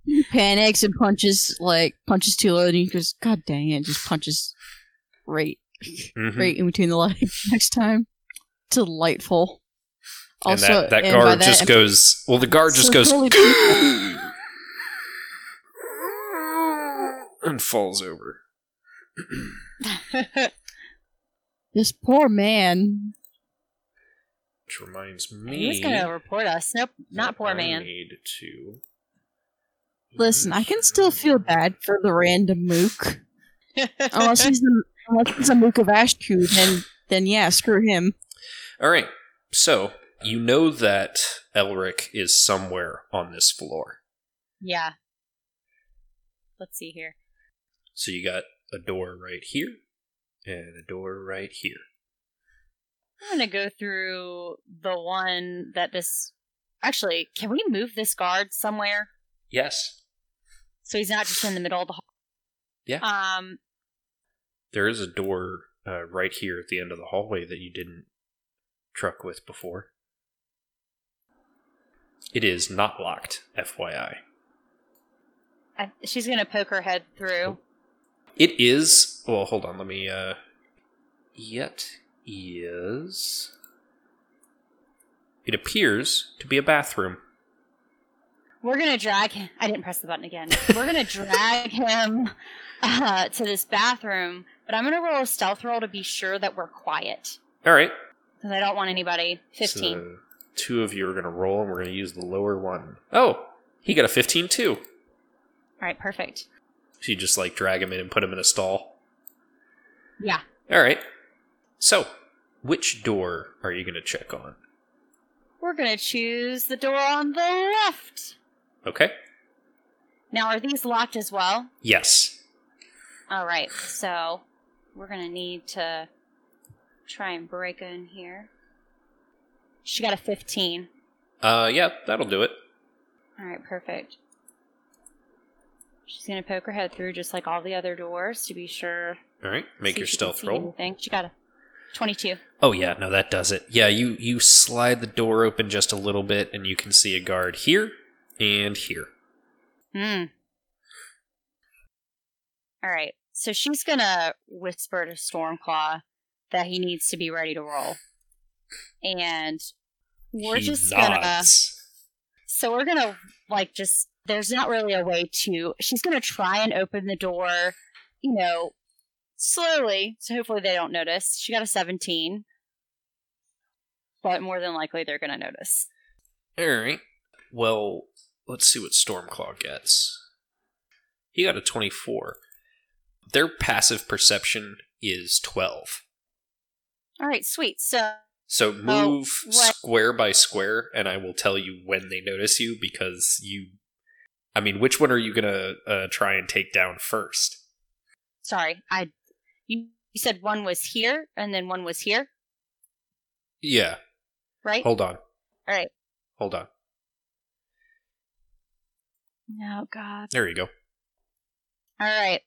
Speaker 5: He panics and punches like punches too low and he goes, God dang it, just punches right
Speaker 1: Mhm.
Speaker 5: right in between the legs next time. Delightful. Also,
Speaker 1: and that, that
Speaker 5: and by
Speaker 1: guard just
Speaker 5: that-
Speaker 1: goes. Well, the guard just
Speaker 5: So
Speaker 1: goes.
Speaker 5: totally-
Speaker 1: and falls over.
Speaker 5: this poor man.
Speaker 1: Which reminds me.
Speaker 2: he was going to report us. Nope, not
Speaker 1: that
Speaker 2: poor
Speaker 1: I
Speaker 2: man.
Speaker 1: need to.
Speaker 5: Listen, I can still feel bad for the random mook. Unless he's, the, unless he's a mook of Ashku, then then yeah, screw him.
Speaker 1: All right. So, you know that Elric is somewhere on this floor.
Speaker 2: Yeah. Let's see here.
Speaker 1: So you got a door right here and a door right here.
Speaker 2: I'm going to go through the one that this. Actually, can we move this guard somewhere
Speaker 1: Yes.
Speaker 2: so he's not just in the middle of the hall?
Speaker 1: Yeah.
Speaker 2: Um.
Speaker 1: There is a door uh, right here at the end of the hallway that you didn't truck with before. It is not locked, FYI.
Speaker 2: I, she's gonna poke her head through.
Speaker 1: It is. Well, hold on. Let me. uh It is. It appears to be a bathroom.
Speaker 2: We're gonna drag. Him. I didn't press the button again. We're gonna drag him uh, to this bathroom, but I'm gonna roll a stealth roll to be sure that we're quiet
Speaker 1: All right.
Speaker 2: because I don't want anybody. Fifteen.
Speaker 1: So two of you are going to roll, and we're going to use the lower one. Oh, he got a 15 too.
Speaker 2: All right, perfect.
Speaker 1: So you just like drag him in and put him in a stall.
Speaker 2: Yeah.
Speaker 1: All right. So, which door are you going to check on?
Speaker 2: We're gonna choose the door on the left.
Speaker 1: Okay.
Speaker 2: Now, are these locked as well?
Speaker 1: Yes.
Speaker 2: All right, so we're gonna need to try and break in here. She got a 15.
Speaker 1: Uh, yeah, that'll do it.
Speaker 2: All right, perfect. She's gonna poke her head through just like all the other doors to be sure.
Speaker 1: All right. Make
Speaker 2: see
Speaker 1: your
Speaker 2: if she can
Speaker 1: stealth
Speaker 2: see
Speaker 1: roll.
Speaker 2: Anything. She got a 22.
Speaker 1: Oh yeah, no, that does it. Yeah, you you slide the door open just a little bit, and you can see a guard here and here.
Speaker 2: Hmm. All right, so she's gonna whisper to Stormclaw that he needs to be ready to roll, and we're
Speaker 1: He
Speaker 2: just gonna. uh,
Speaker 1: nods.
Speaker 2: So we're gonna like just there's not really a way to she's gonna try and open the door, you know, slowly, so hopefully they don't notice. She got a seventeen. But more than likely they're gonna notice.
Speaker 1: All right. Well, let's see what Stormclaw gets. He got a twenty-four. Their passive perception is twelve.
Speaker 2: Alright, sweet. So
Speaker 1: So move
Speaker 2: Oh, what-
Speaker 1: square by square, and I will tell you when they notice you because you. I mean, which one are you gonna uh, try and take down first?
Speaker 2: sorry, I you, you said one was here and then one was here,
Speaker 1: Yeah.
Speaker 2: right?
Speaker 1: Hold on.
Speaker 2: All right.
Speaker 1: Hold on.
Speaker 2: No god.
Speaker 1: There you go.
Speaker 2: Alright.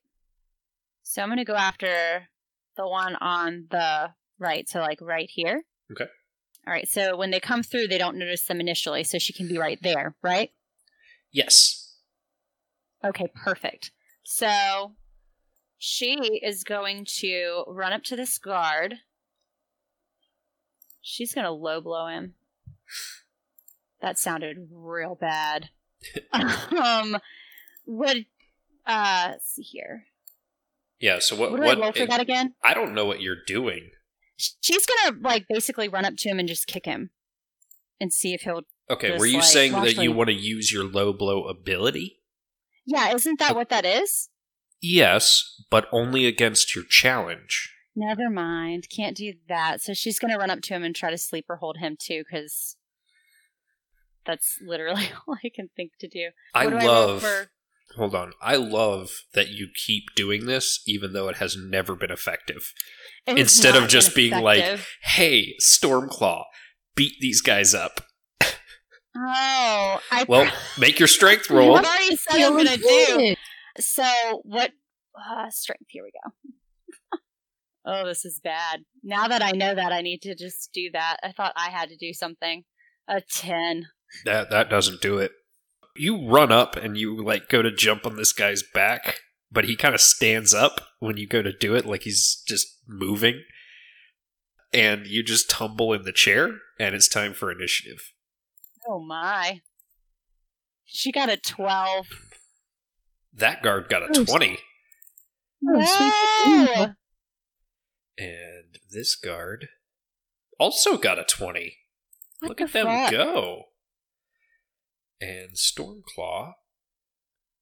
Speaker 2: So I'm gonna go after the one on the right, so like right here.
Speaker 1: Okay.
Speaker 2: All right, so when they come through, they don't notice them initially, so she can be right there, right?
Speaker 1: Yes.
Speaker 2: Okay, perfect. So she is going to run up to this guard. She's going to low blow him. That sounded real bad. um, would uh, let's see here.
Speaker 1: Yeah. So what?
Speaker 2: What
Speaker 1: What?
Speaker 2: do I roll for that again?
Speaker 1: I don't know what you're doing.
Speaker 2: She's going to like basically run up to him and just kick him, and see if he'll.
Speaker 1: Okay.
Speaker 2: Just
Speaker 1: were you
Speaker 2: like-
Speaker 1: saying
Speaker 2: well,
Speaker 1: that
Speaker 2: actually-
Speaker 1: you want to use your low blow ability?
Speaker 2: Yeah, isn't that what that is?
Speaker 1: Yes, but only against your challenge.
Speaker 2: Never mind. Can't do that. So she's going to run up to him and try to sleep or hold him too, because that's literally all I can think to do.
Speaker 1: I
Speaker 2: What do roll
Speaker 1: love.
Speaker 2: for-
Speaker 1: hold on. I love that you keep doing this, even though it has never been effective.
Speaker 2: It is
Speaker 1: instead of
Speaker 2: not
Speaker 1: just being like-
Speaker 2: ineffective.
Speaker 1: Hey, Stormclaw, beat these guys up.
Speaker 2: oh, I
Speaker 1: Well, make your strength roll.
Speaker 2: I've already said what I'm going to do. So what? Uh, strength. Here we go. oh, this is bad. Now that I know that, I need to just do that. I thought I had to do something. A ten.
Speaker 1: That that doesn't do it. You run up and you like go to jump on this guy's back, but he kind of stands up when you go to do it, like he's just moving. And you just tumble in the chair, and it's time for initiative.
Speaker 2: Oh my. She got a twelve.
Speaker 1: That guard got a
Speaker 5: Oh,
Speaker 1: twenty,
Speaker 5: Oh, sweet.
Speaker 2: Whoa!
Speaker 1: and this guard also got a twenty.
Speaker 2: What
Speaker 1: Look
Speaker 2: the
Speaker 1: at them
Speaker 2: fuck?
Speaker 1: go! And Stormclaw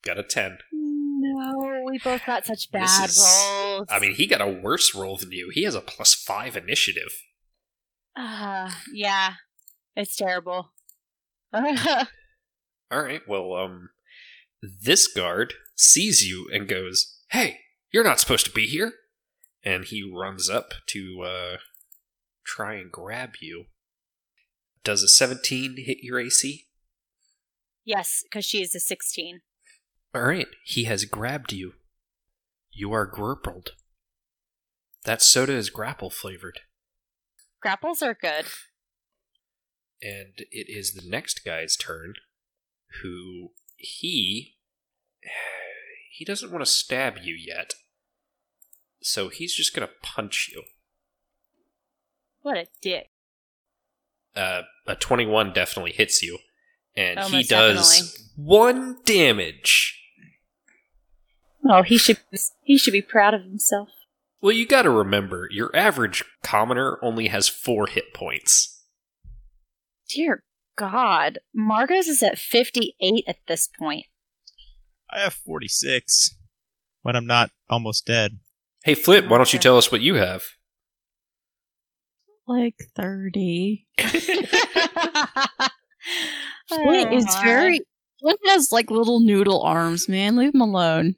Speaker 1: got a ten.
Speaker 2: No, we both got such
Speaker 1: This
Speaker 2: bad
Speaker 1: is-
Speaker 2: rolls.
Speaker 1: I mean, he got a worse roll than you. He has a plus five initiative.
Speaker 2: uh, yeah, it's terrible. Why
Speaker 1: All right. Well, um, this guard sees you and goes, "Hey, you're not supposed to be here," and he runs up to uh, try and grab you. Does a 17 hit your AC?
Speaker 2: Yes, because she is a 16.
Speaker 1: All right. He has grabbed you. You are grappled. That soda is grapple flavored.
Speaker 2: Grapples are good.
Speaker 1: and it is the next guy's turn who he he doesn't want to stab you yet so he's just gonna punch you
Speaker 2: What a dick.
Speaker 1: uh, a 21 definitely hits you and
Speaker 2: Oh,
Speaker 1: he
Speaker 2: most
Speaker 1: does one damage
Speaker 2: Oh, he should he should be proud of himself.
Speaker 1: well you gotta remember your average commoner only has four hit points
Speaker 2: Dear God, Margot's is at fifty-eight at this point.
Speaker 10: I have 46.
Speaker 3: When I'm not almost dead.
Speaker 1: hey flip why don't you tell us what you have
Speaker 5: Like 30. Flint
Speaker 2: Oh,
Speaker 5: is
Speaker 2: my.
Speaker 5: very. Flint has like little noodle arms, man. Leave him alone.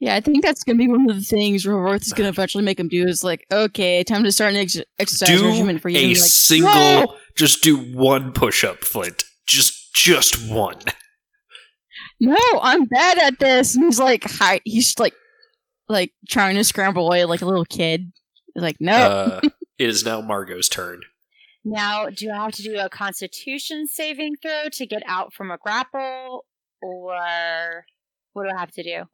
Speaker 5: yeah, I think that's gonna be one of the things Rovarth is gonna eventually make him do is like, okay, time to start an ex- exercise regimen for you.
Speaker 1: a
Speaker 5: And be like,
Speaker 1: single
Speaker 5: "No!"
Speaker 1: just do one push-up flint just just one
Speaker 5: No, I'm bad at this. And he's like, hi. He's like, like trying to scramble away like a little kid. He's like, no.
Speaker 1: uh, it is now margot's turn
Speaker 2: Now, do I have to do a Constitution saving throw to get out from a grapple, or what do I have to do?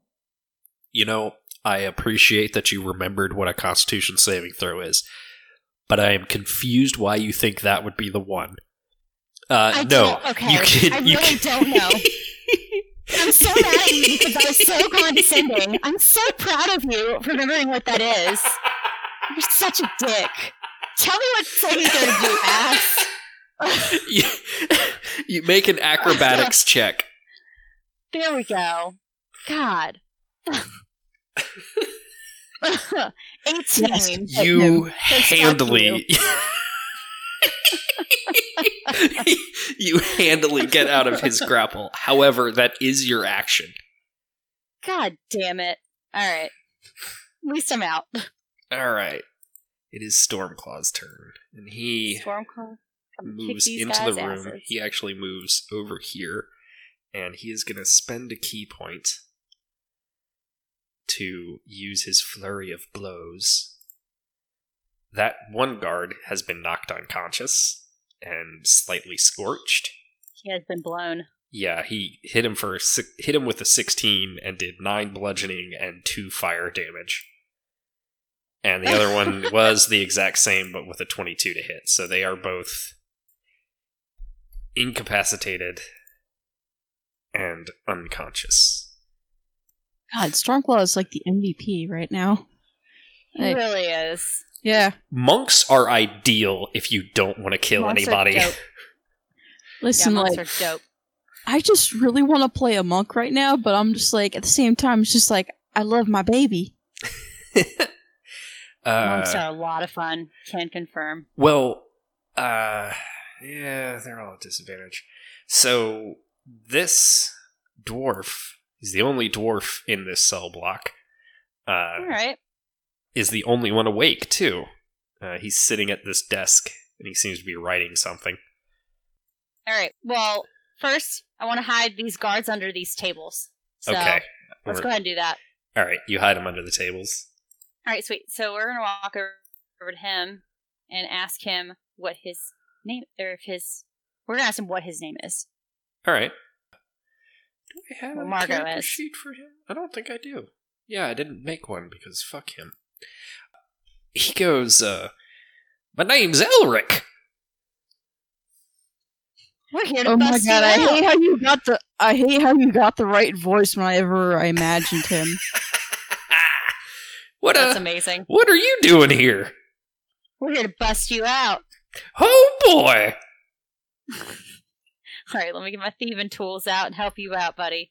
Speaker 1: you know i appreciate that you remembered what a constitution saving throw is but i am confused why you think that would be the one uh,
Speaker 2: I
Speaker 1: no
Speaker 2: don't- okay.
Speaker 1: you can
Speaker 2: I
Speaker 1: you
Speaker 2: really
Speaker 1: can-
Speaker 2: don't know. I'm so mad at you because I was so condescending. I'm so proud of you for remembering what that is. You're such a dick. Tell me what saving throw to do, ass.
Speaker 1: you, you make an acrobatics check
Speaker 2: There we go. God. 18.
Speaker 1: you
Speaker 2: Thanks, back to
Speaker 1: handily you handily get out of his grapple however that is your action
Speaker 2: God damn it. All right. At least I'm out.
Speaker 1: all right it is stormclaw's turn and he
Speaker 2: Stormclaw come kick
Speaker 1: moves
Speaker 2: these
Speaker 1: into
Speaker 2: guys'
Speaker 1: the room
Speaker 2: asses.
Speaker 1: he actually moves over here and he is going to spend a key point to use his flurry of blows that one guard has been knocked unconscious and slightly scorched
Speaker 2: He has been blown.
Speaker 1: Yeah, he hit him for si- hit him with a sixteen and did nine bludgeoning and two fire damage. And the other one was the exact same, but with a twenty-two to hit. So they are both incapacitated and unconscious.
Speaker 5: God, Stormclaw is like the MVP right now.
Speaker 2: He
Speaker 5: Like,
Speaker 2: really is.
Speaker 5: yeah.
Speaker 1: Monks are ideal if you don't want to kill
Speaker 2: Monks are
Speaker 1: anybody.
Speaker 2: dope. Yeah,
Speaker 5: Listen,
Speaker 2: monks
Speaker 5: like,
Speaker 2: are dope.
Speaker 5: I just really want to play a monk right now, but I'm just like at the same time, it's just like I love my baby.
Speaker 2: Monks
Speaker 1: uh,
Speaker 2: are a lot of fun. Can confirm.
Speaker 1: well, uh, yeah, they're all at disadvantage. So this dwarf is the only dwarf in this cell block. Uh,
Speaker 2: All right.
Speaker 1: Is the only one awake too. Uh, he's sitting at this desk and he seems to be writing something.
Speaker 2: All right. Well, first, I want to hide these guards under these tables. So
Speaker 1: okay,
Speaker 2: let's
Speaker 1: We're-
Speaker 2: go ahead and do that.
Speaker 1: all right. You hide him under the tables.
Speaker 2: All right, sweet. So we're gonna walk over over to him and ask him what his name or if his. We're gonna ask him what his name is.
Speaker 1: All right. Do I have
Speaker 2: Well,
Speaker 1: a
Speaker 2: Margot
Speaker 1: character
Speaker 2: is.
Speaker 1: sheet for him? I don't think I do. Yeah, I didn't make one because fuck him. He goes, uh, my name's Elric.
Speaker 2: We're here to
Speaker 5: Oh my
Speaker 2: bust
Speaker 5: god,
Speaker 2: you
Speaker 5: I
Speaker 2: out.
Speaker 5: hate how you got the I hate how you got the right voice whenever I imagined him.
Speaker 1: what
Speaker 2: That's
Speaker 1: a,
Speaker 2: amazing.
Speaker 1: what are you doing here?
Speaker 2: We're here to bust you out.
Speaker 1: Oh boy!
Speaker 2: All right, let me get my thieving tools out and help you out, buddy.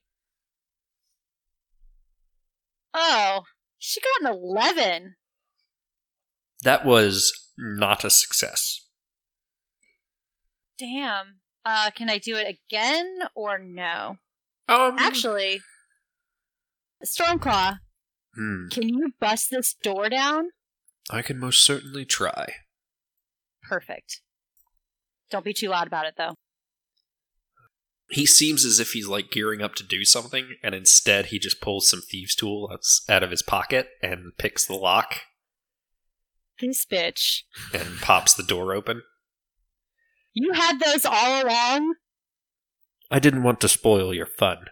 Speaker 2: Oh, she got an eleven.
Speaker 1: That was not a success.
Speaker 2: Damn. Uh, can I do it again or no?
Speaker 1: Um,
Speaker 2: Actually, Stormclaw,
Speaker 1: hmm,
Speaker 2: can you bust this door down?
Speaker 1: I can most certainly try.
Speaker 2: Perfect. Don't be too loud about it, though.
Speaker 1: He seems as if he's like gearing up to do something, and instead he just pulls some thieves' tool outs- out of his pocket and picks the lock.
Speaker 2: this bitch.
Speaker 1: and pops the door open.
Speaker 2: You had those all along?
Speaker 1: I didn't want to spoil your fun.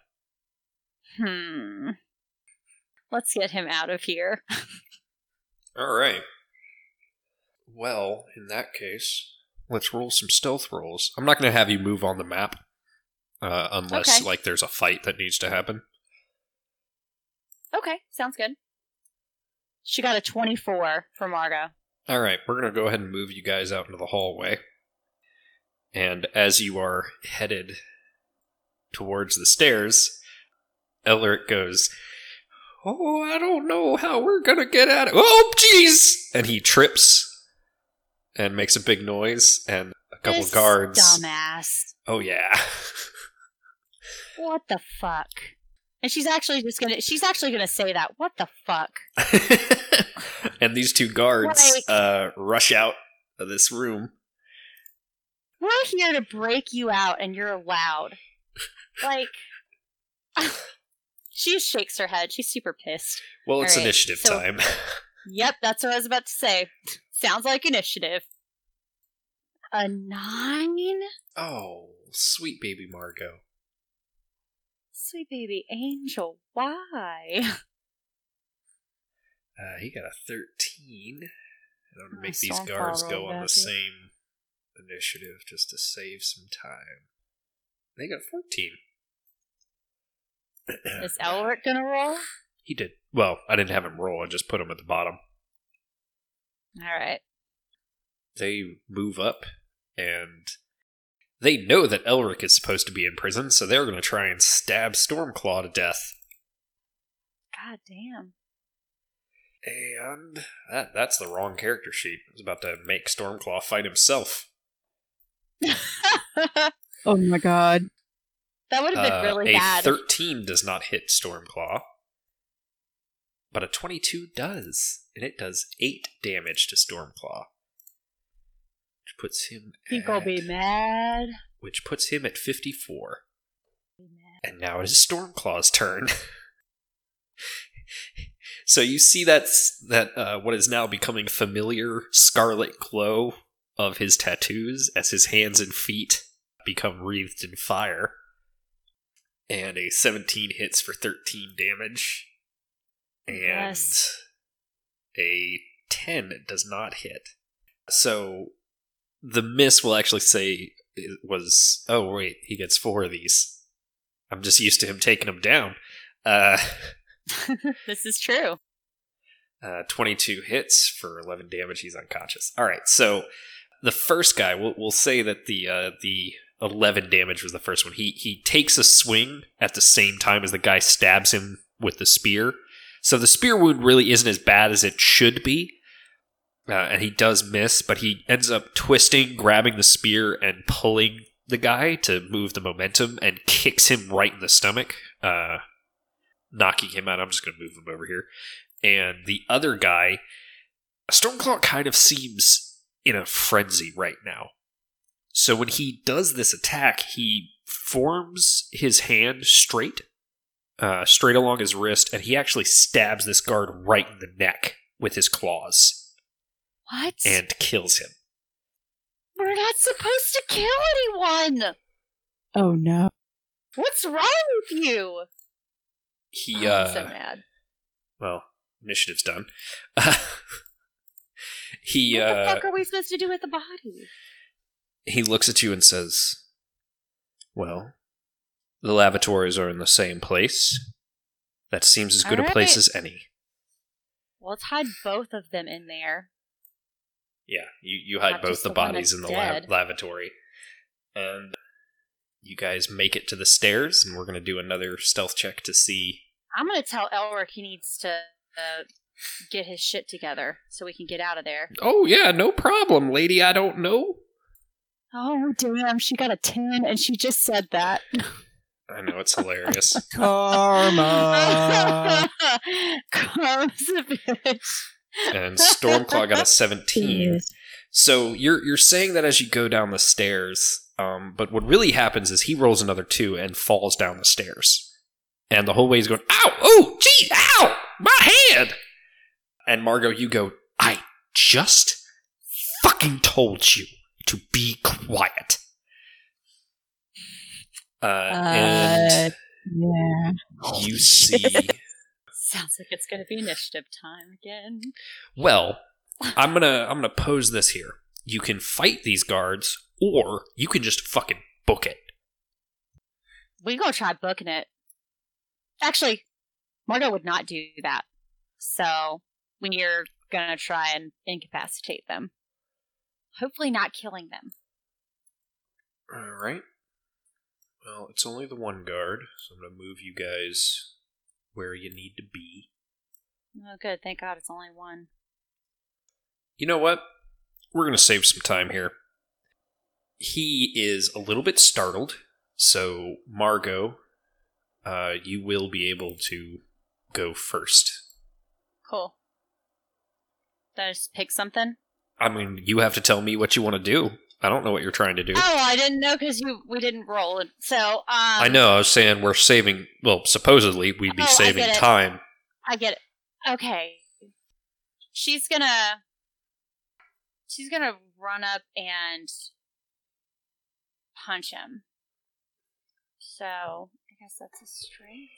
Speaker 2: Hmm. Let's get him out of here.
Speaker 1: All right. Well, in that case, let's roll some stealth rolls. I'm not going to have you move on the map uh, unless
Speaker 2: Okay.
Speaker 1: like there's a fight that needs to happen.
Speaker 2: Okay, sounds good. She got a 24 for Margot.
Speaker 1: All right, we're going to go ahead and move you guys out into the hallway. And as you are headed towards the stairs, Elric goes, "Oh, I don't know how we're going to get out of Oh, jeez!" And he trips and makes a big noise and a couple
Speaker 2: This
Speaker 1: guards.
Speaker 2: Dumbass.
Speaker 1: Oh yeah.
Speaker 2: What the fuck? And she's actually just gonna she's actually gonna say that. What the fuck?
Speaker 1: and these two guards
Speaker 2: Like-
Speaker 1: uh, rush out of this room.
Speaker 2: We're here to break you out and you're allowed. Like she shakes her head. She's super pissed.
Speaker 1: Well, it's
Speaker 2: All right,
Speaker 1: initiative
Speaker 2: so-
Speaker 1: time.
Speaker 2: Yep, that's what I was about to say. Sounds like initiative. A nine?
Speaker 1: oh, sweet baby Margot.
Speaker 2: Sweet baby angel, why?
Speaker 1: Uh, he got a 13. I'm going to
Speaker 2: Oh,
Speaker 1: make
Speaker 2: so
Speaker 1: these
Speaker 2: I'm
Speaker 1: guards
Speaker 2: following
Speaker 1: go on the
Speaker 2: back here.
Speaker 1: same initiative just to save some time. They got 14.
Speaker 2: Is Elric gonna roll?
Speaker 1: he did. Well, I didn't have him roll, I just put him at the bottom.
Speaker 2: Alright.
Speaker 1: they move up and they know that Elric is supposed to be in prison, so they're going to try and stab Stormclaw to death.
Speaker 2: God damn.
Speaker 1: And that, that's the wrong character sheet. I was about to make Stormclaw fight himself.
Speaker 2: that
Speaker 5: Oh my god.
Speaker 2: would have been
Speaker 1: Uh,
Speaker 2: really
Speaker 1: a
Speaker 2: bad.
Speaker 1: 13 does not hit Stormclaw, but a 22 does, and it does 8 damage to Stormclaw. Which puts him
Speaker 2: He gonna be
Speaker 1: at-
Speaker 2: mad.
Speaker 1: which puts him at 54. And now it is Stormclaw's turn. so you see that s- that uh, what is now becoming familiar scarlet glow of his tattoos as his hands and feet become wreathed in fire. And a 17 hits for 13 damage. And
Speaker 2: Yes.
Speaker 1: a 10 does not hit. So the miss will actually say it was oh wait he gets four of these i'm just used to him taking them down uh,
Speaker 2: this is true.
Speaker 1: uh 22 hits for 11 damage he's unconscious all right so the first guy we'll, we'll say that the uh the 11 damage was the first one he he takes a swing at the same time as the guy stabs him with the spear so the spear wound really isn't as bad as it should be uh, and he does miss, but he ends up twisting, grabbing the spear, and pulling the guy to move the momentum, and kicks him right in the stomach, uh, knocking him out. I'm just going to move him over here. And the other guy, Stormclaw, kind of seems in a frenzy right now. So when he does this attack, he forms his hand straight, uh, straight along his wrist, and he actually stabs this guard right in the neck with his claws
Speaker 2: What?
Speaker 1: and kills him.
Speaker 2: We're not supposed to kill anyone.
Speaker 5: Oh no.
Speaker 2: What's wrong with you?
Speaker 1: He,
Speaker 2: Oh,
Speaker 1: uh,
Speaker 2: I'm so mad.
Speaker 1: well, initiative's done. he,
Speaker 2: What the
Speaker 1: uh,
Speaker 2: fuck are we supposed to do with the body?
Speaker 1: he looks at you and says, "Well, the lavatories are in the same place. That seems as good a place
Speaker 2: Alright.
Speaker 1: as any."
Speaker 2: Well, let's hide both of them in there.
Speaker 1: Yeah, you you hide
Speaker 2: Not
Speaker 1: both
Speaker 2: just
Speaker 1: the
Speaker 2: the one
Speaker 1: bodies
Speaker 2: that's
Speaker 1: in the lav-
Speaker 2: dead.
Speaker 1: lavatory, and you guys make it to the stairs, and we're gonna do another stealth check to see.
Speaker 2: I'm gonna tell Elric he needs to uh, get his shit together so we can get out of there.
Speaker 1: Oh yeah, no problem, lady. I don't know.
Speaker 2: Oh damn, she got a ten, and she just said that.
Speaker 1: I know it's hilarious.
Speaker 3: Karma.
Speaker 2: Karma's a bitch.
Speaker 1: and Stormclaw got a 17. So you're you're saying that as you go down the stairs, um, but what really happens is he rolls another two and falls down the stairs, and the whole way he's going, "Ow! Oh, gee! Ow! My hand!" And Margot, you go, "I just fucking told you to be quiet. Uh, and
Speaker 5: Uh, yeah.
Speaker 1: you see.
Speaker 2: Sounds like it's going to be initiative time again.
Speaker 1: Well, I'm gonna I'm gonna pose this here. You can fight these guards, or you can just fucking book it.
Speaker 2: We gonna try booking it. Actually, Margot would not do that. So when you're gonna try and incapacitate them, hopefully not killing them.
Speaker 1: All right. Well, it's only the one guard, so I'm gonna move you guys where you need to be.
Speaker 2: Oh, good. Thank God, it's only one.
Speaker 1: You know what? We're gonna save some time here. He is a little bit startled, so Margot, uh, you will be able to go first.
Speaker 2: Cool. Did I just pick something?
Speaker 1: I mean, you have to tell me what you want to do. I don't know what you're trying to do.
Speaker 2: Oh, I didn't know because you we didn't roll. it. So um,
Speaker 1: I know. I was saying we're saving. Well, supposedly we'd be
Speaker 2: Oh, I
Speaker 1: saving
Speaker 2: get it.
Speaker 1: time.
Speaker 2: I get it. Okay. She's gonna She's gonna run up and punch him. So I guess that's a strength.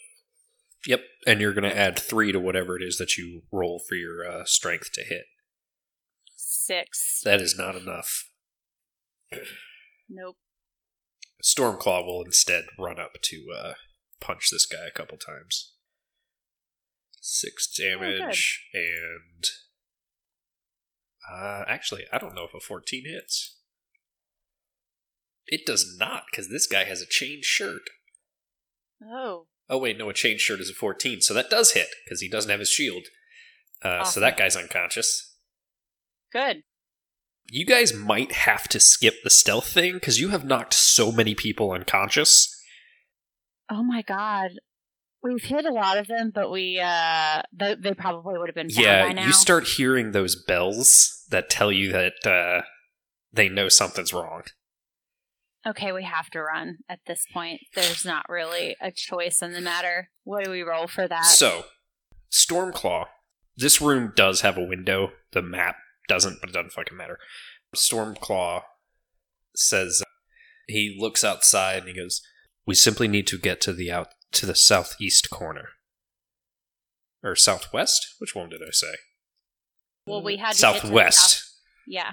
Speaker 1: Yep, and you're going to add three to whatever it is that you roll for your uh, strength to hit.
Speaker 2: Six.
Speaker 1: That is not enough.
Speaker 2: Nope.
Speaker 1: Stormclaw will instead run up to uh, punch this guy a couple times. Six damage, and uh, actually, I don't know if a fourteen hits. It does not, because this guy has a chain shirt.
Speaker 2: Oh.
Speaker 1: Oh wait, no, a chain shirt is a fourteen, so that does hit because he doesn't have his shield. Uh, So
Speaker 2: Awesome.
Speaker 1: that guy's unconscious.
Speaker 2: Good.
Speaker 1: You guys might have to skip the stealth thing because you have knocked so many people unconscious.
Speaker 2: Oh my god. We've hit a lot of them, but we uh they, they probably would have been found by
Speaker 1: Yeah,
Speaker 2: now.
Speaker 1: you start hearing those bells that tell you that uh, they know something's wrong.
Speaker 2: okay, we have to run at this point. There's not really a choice in the matter. What do we roll for that?
Speaker 1: So, Stormclaw. This room does have a window. The map doesn't, but it doesn't fucking matter. Stormclaw says he looks outside and he goes, "We simply need to get to the out to the southeast corner." Or southwest? Which one did I say?
Speaker 2: well, we had to get to the
Speaker 1: southwest.
Speaker 2: south- yeah.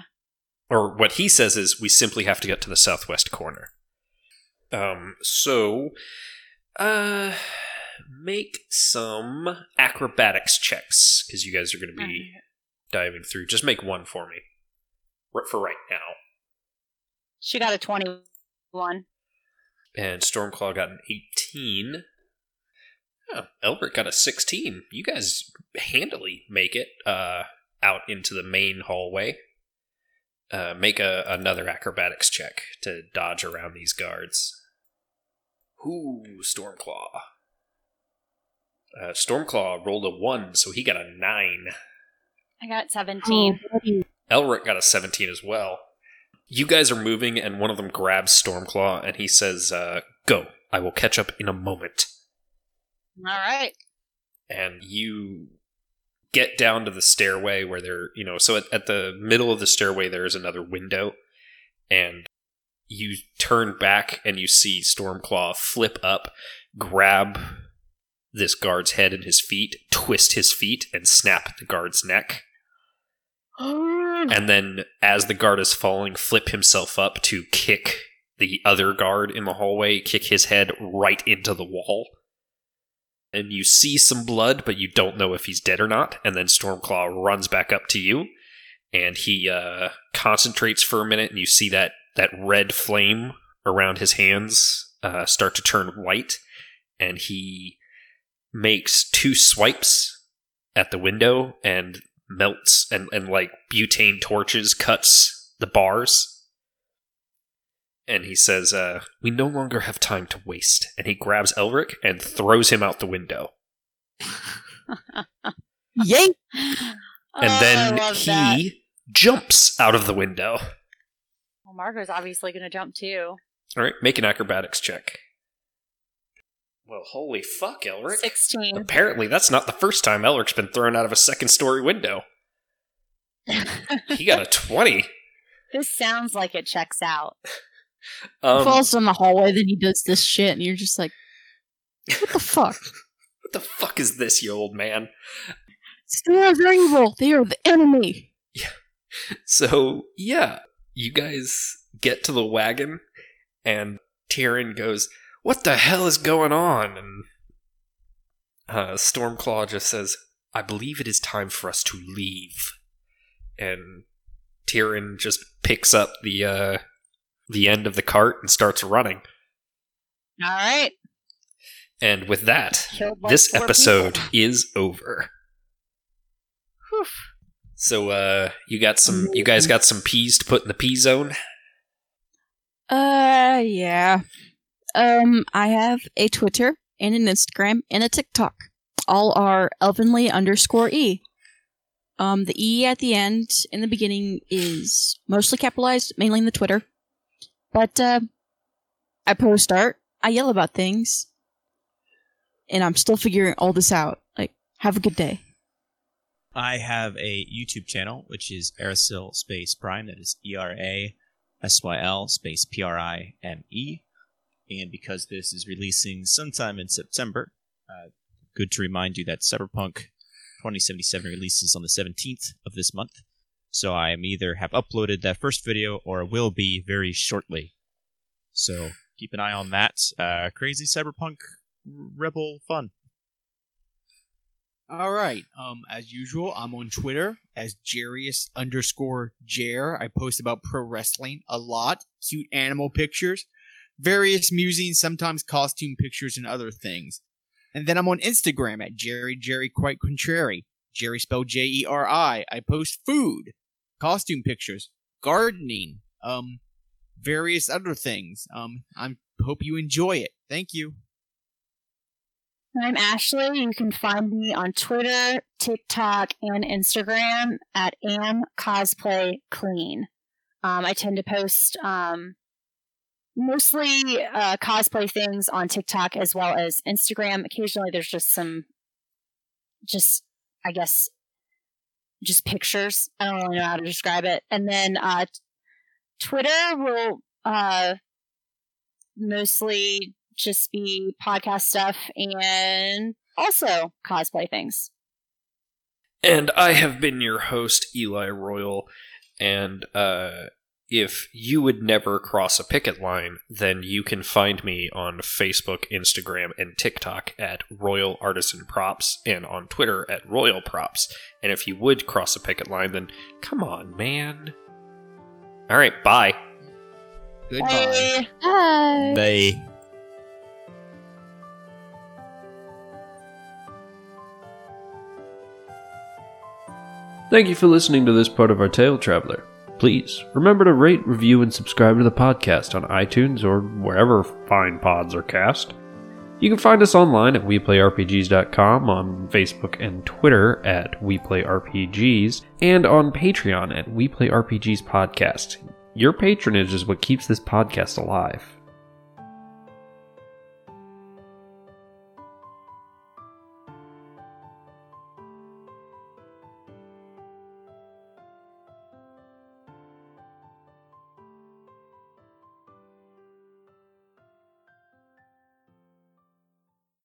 Speaker 1: or what he says is we simply have to get to the southwest corner. Um, so, uh, make some acrobatics checks because you guys are going to be diving through. Just make one for me R- for right now.
Speaker 2: She got a 21.
Speaker 1: And Stormclaw got an eighteen. Oh, Elbert got a sixteen. You guys handily make it uh, out into the main hallway. Uh, make a, another acrobatics check to dodge around these guards. Ooh, Stormclaw. Uh, Stormclaw rolled a one, so he got a nine.
Speaker 2: I got 17.
Speaker 5: Oh,
Speaker 1: Elric got a 17 as well. You guys are moving, and one of them grabs Stormclaw and he says, uh, Go, I will catch up in a moment.
Speaker 2: Oh. All right.
Speaker 1: And you get down to the stairway where there, you know, so at, at the middle of the stairway, there is another window. And you turn back and you see Stormclaw flip up, grab this guard's head and his feet, twist his feet, and snap the guard's neck. and then as the guard is falling, flip himself up to kick the other guard in the hallway, kick his head right into the wall. And you see some blood, but you don't know if he's dead or not. And then Stormclaw runs back up to you, and he uh, concentrates for a minute, and you see that that red flame around his hands uh, start to turn white, and he makes two swipes at the window, and melts and, and like butane torches cuts the bars. And he says, uh, We no longer have time to waste. And he grabs Elric and throws him out the window.
Speaker 5: Yay!
Speaker 1: And
Speaker 2: Oh, I
Speaker 1: then
Speaker 2: love
Speaker 1: he
Speaker 2: that.
Speaker 1: jumps out of the window.
Speaker 2: Well, Margo's obviously going to jump too.
Speaker 1: All right, make an acrobatics check. Well, holy fuck, Elric.
Speaker 2: 16.
Speaker 1: Apparently, that's not the first time Elric's been thrown out of a second story window. He got a 20.
Speaker 2: this sounds like it checks out.
Speaker 1: Um,
Speaker 5: falls down the hallway, then he does this shit, and you're just like, what the fuck?
Speaker 1: what the fuck is this, you old man?
Speaker 5: Stars are evil. They are the enemy.
Speaker 1: So, yeah, you guys get to the wagon, and Tyrion goes, What the hell is going on? And uh, Stormclaw just says, I believe it is time for us to leave. And Tyrion just picks up the uh, the end of the cart and starts running.
Speaker 2: All right.
Speaker 1: And with that,
Speaker 2: Killed like
Speaker 1: this
Speaker 2: four
Speaker 1: episode
Speaker 2: people.
Speaker 1: is over. So uh you got some you guys got some peas to put in the pea zone.
Speaker 5: Uh, yeah. Um, I have a Twitter and an Instagram and a TikTok. All are elvenly underscore e. Um, the e at the end in the beginning is mostly capitalized, mainly in the Twitter. But uh, I post art. I yell about things, and I'm still figuring all this out. Like, have a good day.
Speaker 3: I have a YouTube channel, which is Aerosil Space Prime. That is E R A S Y L Space P R I M E. And because this is releasing sometime in September, uh, good to remind you that Cyberpunk 2077 releases on the 17th of this month. So I am either have uploaded that first video or will be very shortly. So keep an eye on that. Uh, crazy Cyberpunk Rebel fun.
Speaker 4: All right. Um, as usual, I'm on Twitter as Jarius underscore Jer. I post about pro wrestling a lot, cute animal pictures, various musings, sometimes costume pictures and other things. And then I'm on Instagram at Jerry Jerry Quite Contrary. Jerry spelled J E R I. I post food, costume pictures, gardening, um, various other things. Um, I hope you enjoy it. Thank you.
Speaker 2: I'm Ashley. You can find me on Twitter, TikTok, and Instagram at am cosplay clean. Um, I tend to post um, mostly uh, cosplay things on TikTok as well as Instagram. Occasionally, there's just some, just I guess, just pictures. I don't really know how to describe it. And then uh, Twitter will uh, mostly just be podcast stuff and also cosplay things.
Speaker 1: And I have been your host, Eli Royal. And uh, if you would never cross a picket line, then you can find me on Facebook, Instagram, and TikTok at Royal Artisan Props and on Twitter at Royal Props. And if you would cross a picket line, then come on, man. All right, bye.
Speaker 2: Bye.
Speaker 4: Goodbye.
Speaker 5: Bye.
Speaker 3: They.
Speaker 11: Thank you for listening to this part of our Tale Traveler. Please remember to rate, review, and subscribe to the podcast on iTunes or wherever fine pods are cast. You can find us online at weplayrpgs.com, on Facebook and Twitter at weplayrpgs, and on Patreon at weplayrpgs podcast. Your patronage is what keeps this podcast alive.